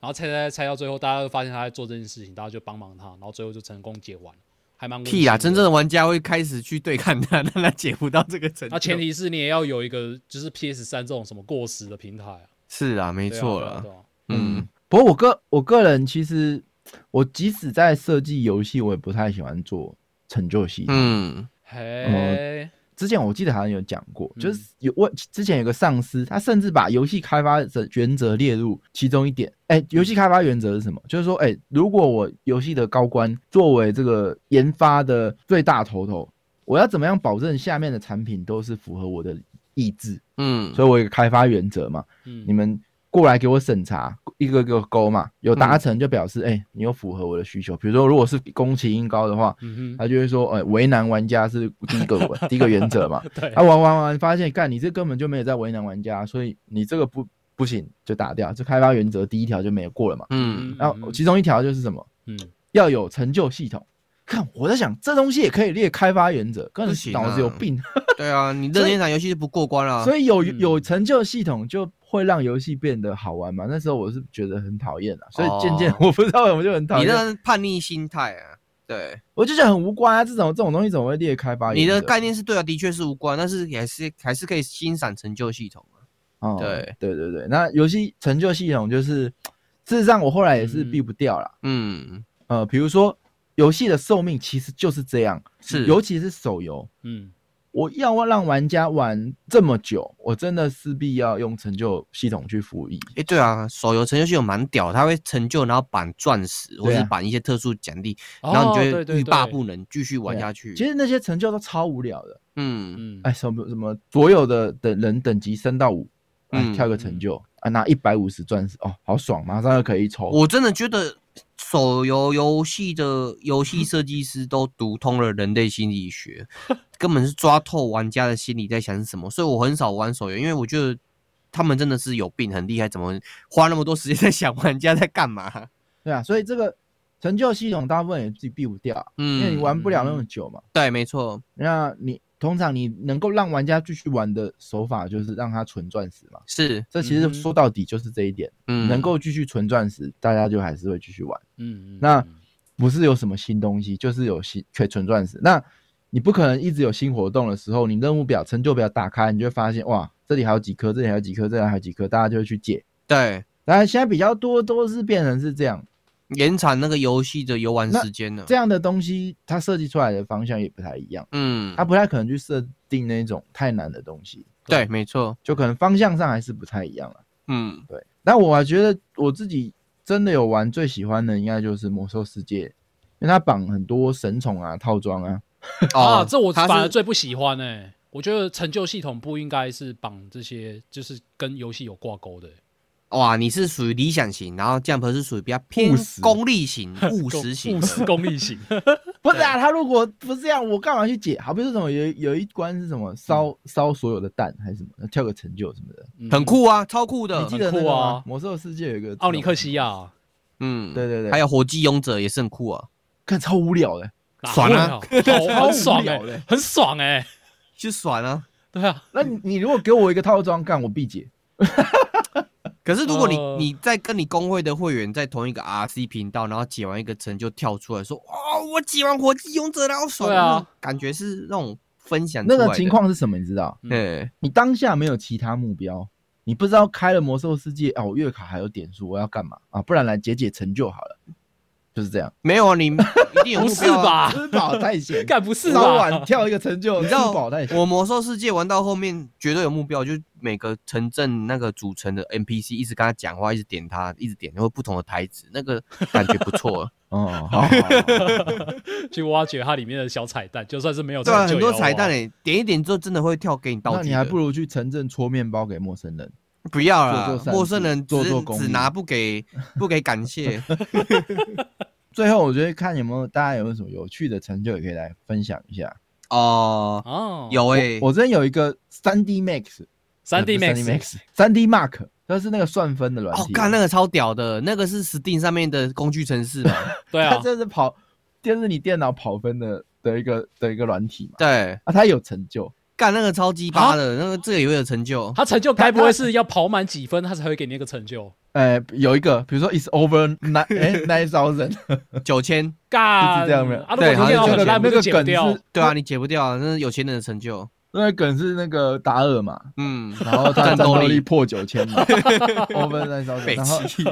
B: 然后猜猜猜猜到最后，大家就发现他在做这件事情，大家就帮忙他，然后最后就成功解完，还蛮温馨
D: 屁啦！
B: 的
D: 真正的玩家会开始去对抗它，让它解不到这个成就。
B: 那啊前提是你也要有一个就是 PS 三这种什么过时的平台啊，
D: 是啊，没
B: 对啊
D: 错
B: 对啊
D: 了
B: 对。啊
D: 嗯，
E: 不过我个我个人其实，我即使在设计游戏，我也不太喜欢做成就系统。
D: 嗯
B: 嘿，
E: 之前我记得好像有讲过，
B: 嗯
E: 就是有我之前有个上司，他甚至把游戏开发的原则列入其中一点。哎、
B: 嗯
E: 游戏开发原则是什么？就是说，哎、如果我游戏的高官作为这个研发的最大头头，我要怎么样保证下面的产品都是符合我的意志？
D: 嗯，
E: 所以我有一个开发原则嘛，
B: 嗯，
E: 你们过来给我审查，一个个勾嘛，有
B: 嗯
E: 达成就表示，哎、你有符合我的需求。比如说，如果是宫崎英高的话，
B: 嗯哼，
E: 他就会说，哎、为难玩家是 第一个第一个原则嘛。
B: 对
E: 啊，，
D: 哎
E: 玩玩玩，发现干你这根本就没有在为难玩家，所以你这个不不行就打掉。这开发原则第一条就没有过了嘛。
D: 嗯，
E: 然后其中一条就是什么，
B: 嗯，
E: 要有成就系统。看我在想，这东西也可以列开发原则，跟
D: 不行啊
E: 脑子有病。
D: 对啊，你任天堂游戏就不过关了。啊
E: 所
D: 以，
E: 以有
B: 嗯
E: 有成就系统就会让游戏变得好玩嘛。那时候我是觉得很讨厌啊，所以渐渐
D: 哦
E: 我不知道我就很讨
D: 你
E: 厌，
D: 那叛逆心态啊，对，
E: 我就觉得很无关啊。这种这种东西怎么会列开发原
D: 你
E: 则？
D: 的概念是对啊，的确是无关，但是也是还是可以欣赏成就系统啊。
E: 哦，
D: 对
E: 对对对，那游戏成就系统就是，事实上我后来也是
B: 嗯
E: 避不掉啦。
D: 嗯，
E: 呃，比如说游戏的寿命其实就是这样，
D: 是
E: 尤其是手游，
B: 嗯，
E: 我要让玩家玩这么久，我真的势必要用成就系统去辅以。
D: 哎、对啊，手游成就系统蛮屌，它会成就然后绑钻石，或
E: 对
D: 是
E: 啊
D: 绑一些特殊奖励，
B: 哦
D: 然后你
B: 对
D: 就
B: 对
D: 会欲罢
B: 对
D: 不能，继续玩下去。
E: 其实那些成就都超无聊的，
D: 嗯，
B: 嗯，
E: 哎，什么什么所有的等人等级升到五，
D: 嗯
E: 嗯，跳一个成就啊，拿一百五十钻石，哦，好爽，马上就可以抽。
D: 我真的觉得手游游戏的游戏设计师都读通了人类心理 学，根本是抓透玩家的心理在想什么。所以我很少玩手游，因为我觉得他们真的是有病，很厉害，怎么花那么多时间在 想玩家在干嘛？
E: 对啊，所以这个成就系统大部分也自己避不掉，
D: 嗯，
E: 因为你玩不了那么
B: 嗯
E: 久嘛。
D: 对，没错，
E: 那你通常你能够让玩家继续玩的手法，就是让他存钻石嘛。
D: 是，
E: 这其
B: 嗯
E: 实
B: 哼
E: 说到底就是这一点，
D: 嗯，
E: 能够继续存钻石，大家就还是会继续玩，
B: 嗯，嗯
E: 那
B: 嗯
E: 不是有什么新东西，就是有新可以存钻石。那你不可能一直有新活动的时候，你任务表、成就表打开，你就会发现哇，这里还有几颗，这里还有几颗，这里还有几颗，大家就会去借。
D: 对
E: 当然，现在比较多都是变成是这样，
D: 延长那个游戏的游玩时间呢
E: 这。样的东西它设计出来的方向也不太一样，
D: 嗯，
E: 它不太可能去设定那种太难的东西，
D: 对，没错，
E: 就可能方向上还是不太一样了。
D: 嗯，
E: 对，但我还觉得我自己真的有玩最喜欢的应该就是魔兽世界，因为它绑很多神宠啊、套装啊。
B: 啊，这我
D: 它
B: 反而
D: 哦是
B: 最不喜欢哎、我觉得成就系统不应该是绑这些，就是跟游戏有挂钩的、欸
D: 哇，你是属于理想型，然后 Jump 是属于比较偏
E: 务实
D: 功 利型、务实型
B: 务
D: 的。
B: 实功利 型。
E: 不是啊，他如果不是这样，我干嘛去解？好比是什么有有一关是什么烧烧所有的蛋还是什么，跳个成就什么的，
B: 嗯
D: 很，酷啊，超酷的
E: 你记。得
B: 很酷
E: 那个吗
B: 啊
E: 魔兽世界有一个
B: 奥尼克西，亚，啊
D: 嗯，
E: 对对对
D: 还有火鸡勇者也是很酷啊，
E: 看超无聊的。
B: 哪
D: 爽啊
B: 会啊好
E: 超
B: 很爽
E: 无
B: 哎、
E: 聊的
B: 很爽哎、
D: 就爽啊。
B: 对 啊，
E: 那你你如果给我一个套装干，我必解。
D: 可是如果你、
B: 呃
D: 你在跟你工会的会员在同一个 RC 频道，然后解完一个成就跳出来说，哦，我解完火鸡勇者了，好爽
B: 对啊，
D: 那种感觉是那种分享
E: 那
D: 出来
E: 个
D: 的
E: 情，况是什么？你知道？
D: 对，
E: 你当下没有其他目标，你不知道开了魔兽世界哦，我月卡还有点数，我要干嘛啊？不然来解解成就好了，就是这样。
D: 没有啊，你一定有
B: 不
D: 目
B: 是
D: 标啊？
B: 吧？
E: 吃饱太闲，
B: 干不是
E: 早
B: 吧
E: 晚？跳一个成就，
D: 你知道
E: 吃饱太闲。
D: 我魔兽世界玩到后面绝对有目标，就是每个城镇那个组成的 NPC 一直跟他讲话，一直点他，一直点，然后不同的台词，那个感觉不 错。
E: 哦，好好，好好
B: 去挖掘它里面的小彩蛋，就算是没有
D: 对啊，
B: 成就也
D: 很
B: 要
D: 多彩蛋
B: 挖
D: 诶、点一点之后真的会跳给你道具
E: 那
D: 的。
E: 你还不如去城镇戳面包给陌生人。
D: 不要
E: 做
D: 啦
E: 做，善
D: 陌生
E: 事
D: 人
E: 做
D: 只
E: 做公
D: 只
E: 益
D: 拿不 给不给感谢。
E: 最后，我觉得看有没有大家有没有什么有趣的成就，也可以来分享一下。
D: 哦，
B: 哦，
D: 有诶、
E: 我之前有一个三 D Max，呃
B: 三 D
E: 三
B: Max，,
E: D Max，三 D Mark，它是那个算分的软
D: 哦，
E: 体。
D: 干那个超屌的，那个是 Steam 上面的工具城 市嘛？
B: 对
E: 它
B: 啊，
E: 这是跑，这是你电脑跑分的的一个的一个软体嘛。
D: 对，
E: 啊，它有成就，
D: 干那个超鸡
B: 啊
D: 巴的，那个这个也会有成
E: 啊
D: 就。
B: 他成就该不会是要跑满几分，他才会给你那个成就？
E: 呃，有一个，比如说 is over nine 哎 nine thousand，
D: 九千，
B: 干，
E: 是这样没有
B: 啊，如果
D: 对
B: 你电脑
D: 好像
B: 很烂，
E: 那
B: 不
E: 个
B: 就
E: 梗
B: 剪掉
E: 是？
D: 对啊，你解不掉啊，那是有钱人的成就。
E: 那个梗是那个达尔嘛，
D: 嗯，
E: 然后他
D: 战
E: 战
D: 斗
E: 斗
D: 力
E: 力破九千嘛，over nine thousand，
D: 北
E: 然后
D: 齐，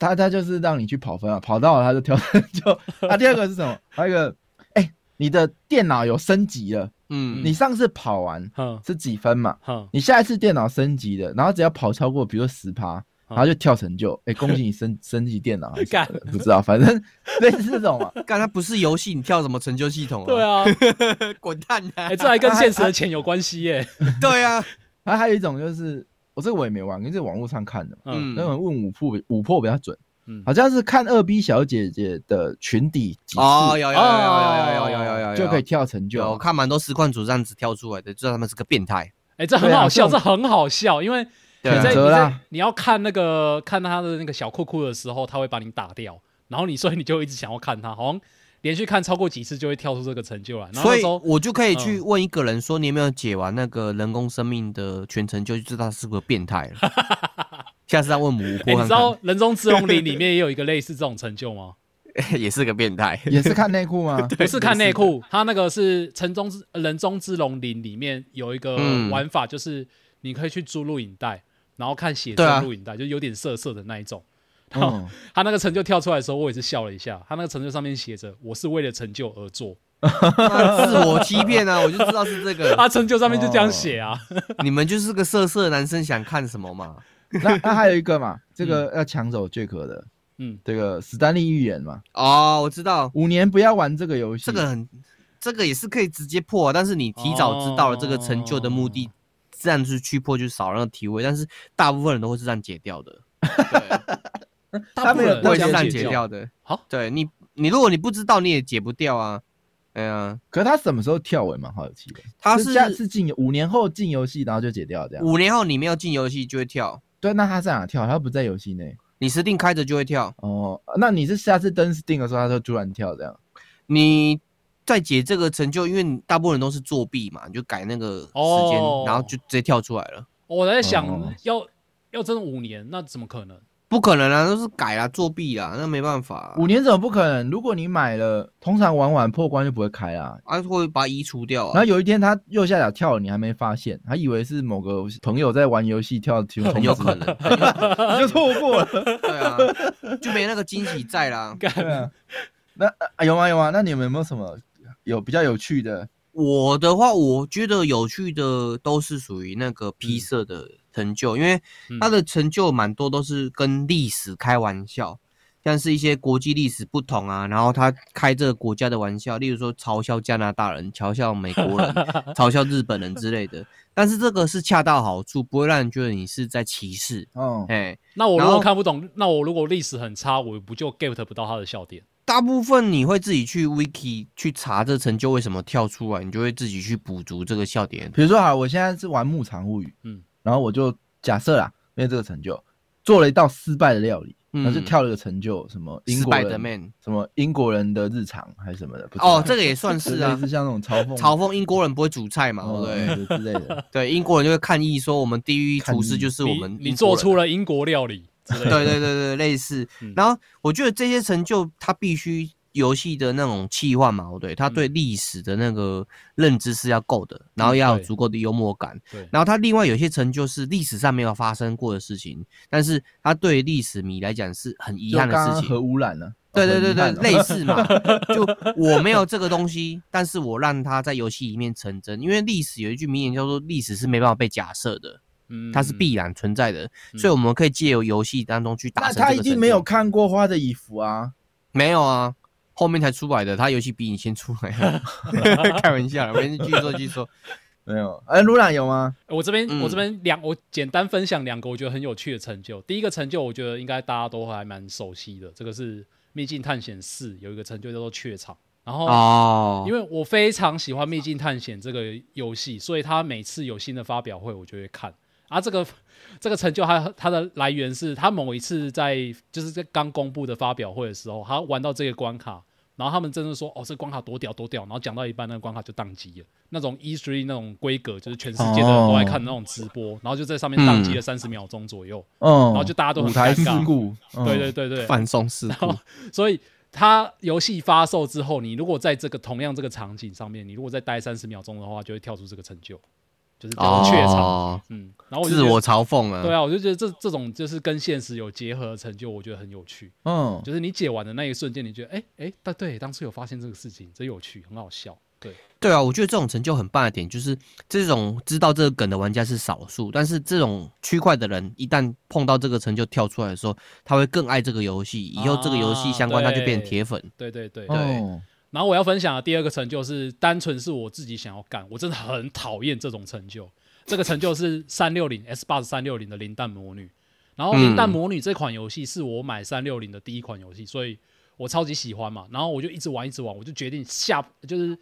E: 他他就是让你去跑分啊，跑到了他就跳就啊，第二个是什么？还有一个，哎，你的电脑有升级了，
D: 嗯，
E: 你上次跑完
B: 哼
E: 是几分嘛？
B: 哼，
E: 你下一次电脑升级了，然后只要跑超过，比如说十趴，然后就跳成就，哎，恭喜你升升级电脑还是什 么的，不知道，反正类似这种啊嘛。
D: 干它不是游戏，你跳什么成就系统、啊？
B: 对，啊，
D: 滚蛋啊！
B: 哎，这还跟现实的钱有关系耶。
D: 对啊，
E: 然后还有一种就是，我、这个我也没玩，因为这网络上看的嘛。
B: 嗯
D: 嗯，
E: 那种问五破五破比较准，
B: 嗯，
E: 好像是看二 B 小姐姐的裙底几次、
D: 哦，有有有有有有有有有
B: 哦
D: 有，
E: 就可以跳成就。
D: 有看蛮多实况主这样子跳出来的，知道他们是个变态。
B: 哎，这很
E: 对啊
B: 好笑，
E: 这
B: 这
E: 种
B: 很好笑，因为你
D: 对啊
E: 选
B: 在
E: 择
B: 你在
E: 啦
B: 你要看那个看他的那个小裤裤的时候，他会把你打掉，然后你所以你就一直想要看他，好像连续看超过几次就会跳出这个成就来，然后
D: 所
B: 那
D: 以
B: 时候
D: 我就可以去问一个人说：“你有没有解完那个人工生命的全程，就知道他是不是变态了？” 下次再问母
B: 哎，
D: 婆
B: 你
D: 看
B: 知道《
D: 看，
B: 人中之龙》里里面也有一个类似这种成就 吗？
D: 也是个变态。
E: 也是看内 裤吗？
B: 不是看内裤，他那个是《城中之人中之龙零》里面有一个
D: 嗯
B: 玩法，就是你可以去租录影带，然后看写
D: 对啊
B: 真录影带，就有点色色的那一种。
E: 嗯，
B: 他那个成就跳出来的时候，我也是笑了一下。他那个成就上面写着“我是为了成就而做
D: 那自我欺骗 啊，我就知道是这
B: 他
D: 个。
B: 成就上面就这样写啊。
D: 你们就是个色色男生，想看什么嘛？
E: 那那还有一个嘛，这
D: 嗯
E: 个要抢走 Jack 的，
B: 嗯，
E: 这个史丹利预言嘛，
D: 哦，我知道，
E: 五年不要玩这个游戏。
D: 这个很，这个也是可以直接破、啊，但是你提早知道了这个成就的目的，自然是去破，就少量体位。但是大部分人都会是这样解掉的，
B: 大部分人
E: 他
B: 都
D: 我
E: 没有
B: 这
D: 也是这
B: 样
D: 样
B: 解
D: 解
B: 掉。
D: 掉的。
B: 好，
D: 对你，你如果你不知道，你也解不掉啊。哎呀、
E: 可是他什么时候跳？我也蛮好奇的。
D: 他
E: 是
D: 是
E: 下次进五年后进游戏，然后就解掉这样。
D: 五年后你没有进游戏就会跳，
E: 对，那他在哪跳？他不在游戏内。
D: 你设定开着就会跳。
E: 哦，那你是下次登 Steam 的时候，他就突然跳这样？
D: 你在解这个成就，因为你大部分人都是作弊嘛，你就改那个时间，
B: 哦
D: 然后就直接跳出来了。
B: 我在
E: 哦
B: 想，要要真的五年，那怎么可能？
D: 不可能啊，都是改啦，作弊啦，那没办法啊、
E: 五年怎么不可能？如果你买了，通常玩完破关就不会开啦。
D: 啊，会把它移除掉
E: 然后
D: 啊。
E: 有一天他右下角跳了，你还没发现，他以为是某个朋友在玩游戏跳提供通
D: 很
E: 知
D: 有可能，很有可能
E: 你就错过了。
D: 对啊，就没那个惊喜在啦。
E: 对啊那啊有吗有吗？那你们有没有什么有比较有趣的？
D: 我的话，我觉得有趣的都是属于那个批社的成就，因为
B: 嗯
D: 它的成就蛮多都是跟历史开玩笑，像是一些国际历史不同啊，然后他开这个国家的玩笑，例如说嘲笑加拿大人、嘲笑美国人、嘲笑日本人之类的。但是这个是恰到好处，不会让人觉得你是在歧视。
E: 哦，
D: 哎、
B: 那我如
D: 然
B: 果
D: 后
B: 看不懂，那我如果历史很差，我不就 get 不到他的笑点？
D: 大部分你会自己去 wiki 去查这成就为什么跳出来，你就会自己去补足这个笑点。
E: 比如说好，我现在是玩《牧场物语》，
B: 嗯
E: 嗯，然后我就假设啦，因为这个成就做了一道失败的料理，
D: 嗯
E: 然后就跳了一个成就，什么英国
D: Spider
E: 人
D: Man
E: 什么英国人的日常还是什么的。不知道
D: 哦，这个也算是
E: 就
D: 啊
E: 类，似像那种嘲讽
D: 嘲讽英国人不会煮菜嘛，
E: 哦
D: 对不对？
E: 对之类的。
D: 对，英国人就会抗议说我们地狱厨师
E: 抗议
D: 就是我们
B: 你你
D: 英国
B: 做
D: 人啊
B: 出了英国料理之类
D: 对
B: 的，
D: 对对对，类似
B: 嗯。
D: 然后我觉得这些成就，它必须游戏的那种气化嘛，哦对，
E: 嗯
D: 它对历史的那个认知是要够的，然后要
E: 嗯
D: 有
B: 对
D: 足够的幽默感。
B: 对
D: 然后它另外有些成就是历史上没有发生过的事情，但是它对历史迷来讲是很遗
E: 就
D: 憾
E: 刚
D: 的
E: 刚
D: 事情
E: 核。污染呢？
D: 对
E: 哦
D: 对对对，
E: 很遗憾哦
D: 类似嘛，就我没有这个东西，但是我让它在游戏里面成真，因为历史有一句名言叫做“历史是没办法被假设的，
B: 嗯
D: 它是必然存在的”，所以我们可以借由游戏当中去达
E: 那
D: 成。
E: 他一定没有，看过《花的衣服》啊，
D: 没有啊，后面才出来的，他游戏比你先出来 啊，开玩笑啦，没事，继续说，继续说。
E: 没有。哎，卢朗有吗？
B: 我这边、
D: 嗯
B: 我这边两，我简单分享两个我觉得很有趣的成就。第一个成就，我觉得应该大家都还蛮熟悉的，这个是《秘境探险四》有一个成就叫做怯场。然后，
D: 哦
B: 因为我非常喜欢《秘境探险》这个游戏，所以它每次有新的发表会，我就会看。啊，这个这个成就它它的来源是它某一次在就是在刚公布的发表会的时候，他玩到这个关卡，然后他们真的说哦，这关卡多屌多屌，然后讲到一半那个关卡就宕机了，那种 E three 那种规格，就是全世
E: 哦
B: 界的人都在看那种直播，然后就在上面宕机了三十秒钟左右，
E: 嗯，
B: 然后就大家都很
E: 舞台
B: 尴
E: 事
B: 尬。
E: 故，嗯
B: 对对对对，
D: 放松事
B: 哦
D: 故，
B: 所以它游戏发售之后，你如果在这个同样这个场景上面，你如果再待三十秒钟的话，就会跳出这个成就，就是叫做怯场。
D: 哦，
B: 嗯，然后我就
D: 自
B: 觉得
D: 我嘲讽啊，
B: 对啊，我就觉得这这种就是跟现实有结合的成就，我觉得很有趣。
E: 嗯，
B: 就是你解完的那一瞬间，你觉得哎哎，但对，当初有发现这个事情，真有趣，很好笑。对，
D: 对啊，我觉得这种成就很棒的点就是，这种知道这个梗的玩家是少数，但是这种区块的人一旦碰到这个成就跳出来的时候，他会更爱这个游戏，以后这个游戏相关
B: 啊
D: 他就变铁粉。
B: 对对对。
E: 哦，
B: 然后我要分享的第二个成就是，单纯是我自己想要干，我真的很讨厌这种成就。这个成就是三六零 S 八三六零的《零蛋魔女》，然后《零蛋魔女》这款游戏是我买三六零的第一款游戏，所以我超级喜欢嘛。然后我就一直玩，一直玩，我就决定下就是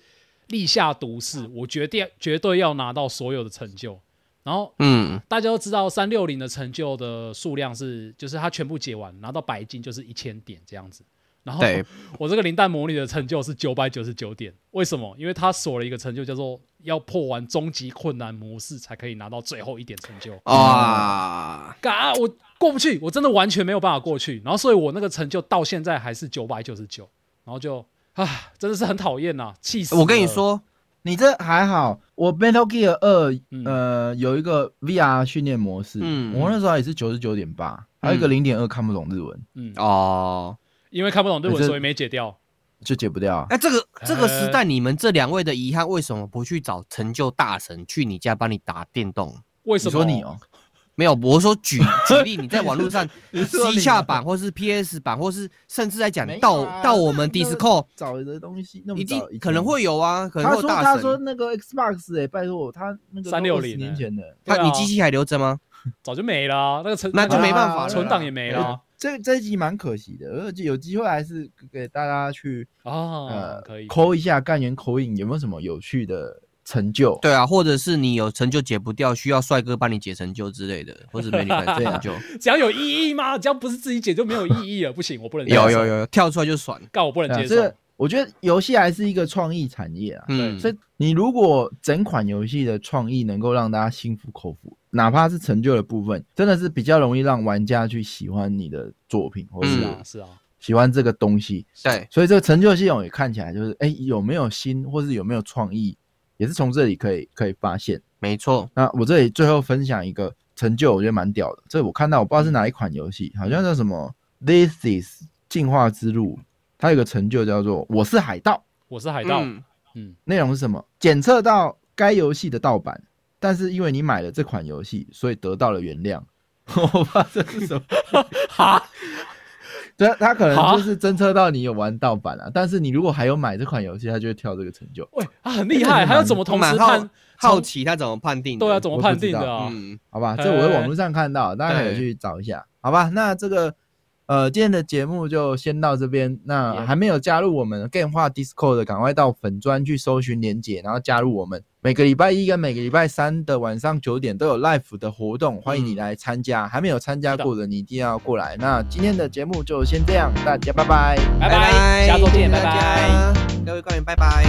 B: 立下毒誓，我决定绝对要拿到所有的成就。然后
D: 嗯，
B: 大家都知道，三六零的成就的数量是，就是它全部解完拿到白金就是一千点这样子。然后
D: 对
B: 我这个零蛋魔女的成就是九百九十九点，为什么？因为它锁了一个成就叫做要破完终极困难模式才可以拿到最后一点成就。
D: 哇，
B: 嘎，我过不去，我真的完全没有办法过去。然后，所以我那个成就到现在还是九百九十九，然后就啊，真的是很讨厌呐，气死！
D: 我跟你，说，
E: 你这还好。我 Metal Gear 二
B: 嗯，
E: 呃，有一个 VR 训练模式，
D: 嗯
E: 我那时候也是九十九点八，还有一个零点二看不懂日文，
B: 嗯，
D: 哦，
B: 因为看不懂日
E: 哎
B: 文，
E: 这
B: 所以没解掉。
E: 就解不掉啊。
D: 哎、这个这个
E: 呃
D: 时代，你们这两位的遗憾，为什么不去找成就大神去你家帮你打电动？
B: 为
E: 你
B: 什么？
E: 说你哦，
D: 没有，我说 举举例，你在网络上
E: 你说你
D: C 下版，或是 PS 版，或是甚至在讲
E: 没有
D: 到、
E: 啊
D: 到我们
E: 那
D: Discord，
E: 找的东西那么
D: 一定
E: 早以前
D: 可能会有啊，可能
E: 他
D: 会有
E: 说
D: 大
E: 他
D: 神。
E: 说那个 Xbox 哎、拜托他那个都
B: 360
E: 20年前的，
D: 他
B: 对啊
D: 你机器还留着吗？
B: 早就没了，那个存
D: 那就
B: 个
D: 没办法
E: 啊
D: 了，
B: 存档也没了
E: 这这一集蛮可惜的，而且有机会还是给大家去
B: 啊
E: 呃，
B: 可以。
E: 抠一下干员口引有没有什么有趣的成就？
D: 对啊，或者是你有成就解不掉，需要帅哥帮你解成就之类的，或是美女帮你解
E: 对啊
D: 成 就。
B: 只要有意义吗？只要不是自己解就没有意义了，不行，我不能接受
D: 有有，有，跳出来就爽。
B: 干我不能
E: 啊对啊，
B: 接
E: 这
B: 受。
E: 个我觉得游戏还是一个创意产业啊，
D: 嗯，
E: 所以你如果整款游戏的创意能够让大家心服口服，哪怕是成就的部分，真的是比较容易让玩家去喜欢你的作品，或者
B: 是
E: 是
B: 啊，是啊，
E: 喜欢这个东西。
D: 对，
E: 所以这个成就系统也看起来就是，哎、有没有心，或是有没有创意，也是从这里可以可以发现。
D: 没错，
E: 那我这里最后分享一个成就，我觉得蛮屌的。这我看到我不知道是哪一款游戏，好像叫什么《This Is 进化之路》，它有个成就叫做“我是海盗
B: 我是海
D: 海
B: 盗，嗯”，
E: 内容是什么？检测到该游戏的盗版，但是因为你买了这款游戏，所以得到了原谅。 我不知道这是什么，
B: 哈，
E: 对，啊它可能
B: 哈
E: 就是侦测到你有玩盗版啊，但是你如果还有买这款游戏，它就会跳这个成就。
B: 喂，啊，很厉害，还要怎么同时
D: 蛮好
B: 判？
D: 好奇他怎么判定的？
B: 对啊，怎么判定
E: 我不
B: 的
E: 知
B: 啊？
D: 嗯，
E: 好吧，
B: 哎
E: 这我在网络上看到，大家可以去找一下，好吧？那这个呃，今天的节目就先到这边。那
B: Yeah
E: 还没有加入我们 Game 化 Discord 的，赶快到粉专去搜寻连结，然后加入我们。每个礼拜一跟每个礼拜三的晚上九点都有 live 的活动，欢迎你来参加。还没有参加过的，你一定要过来。那今天的节目就先这样，大家拜拜。
B: 拜
D: 拜
B: 下周见，
D: 谢谢
B: 拜
D: 大
B: 拜。
D: 家，各位观众，拜拜。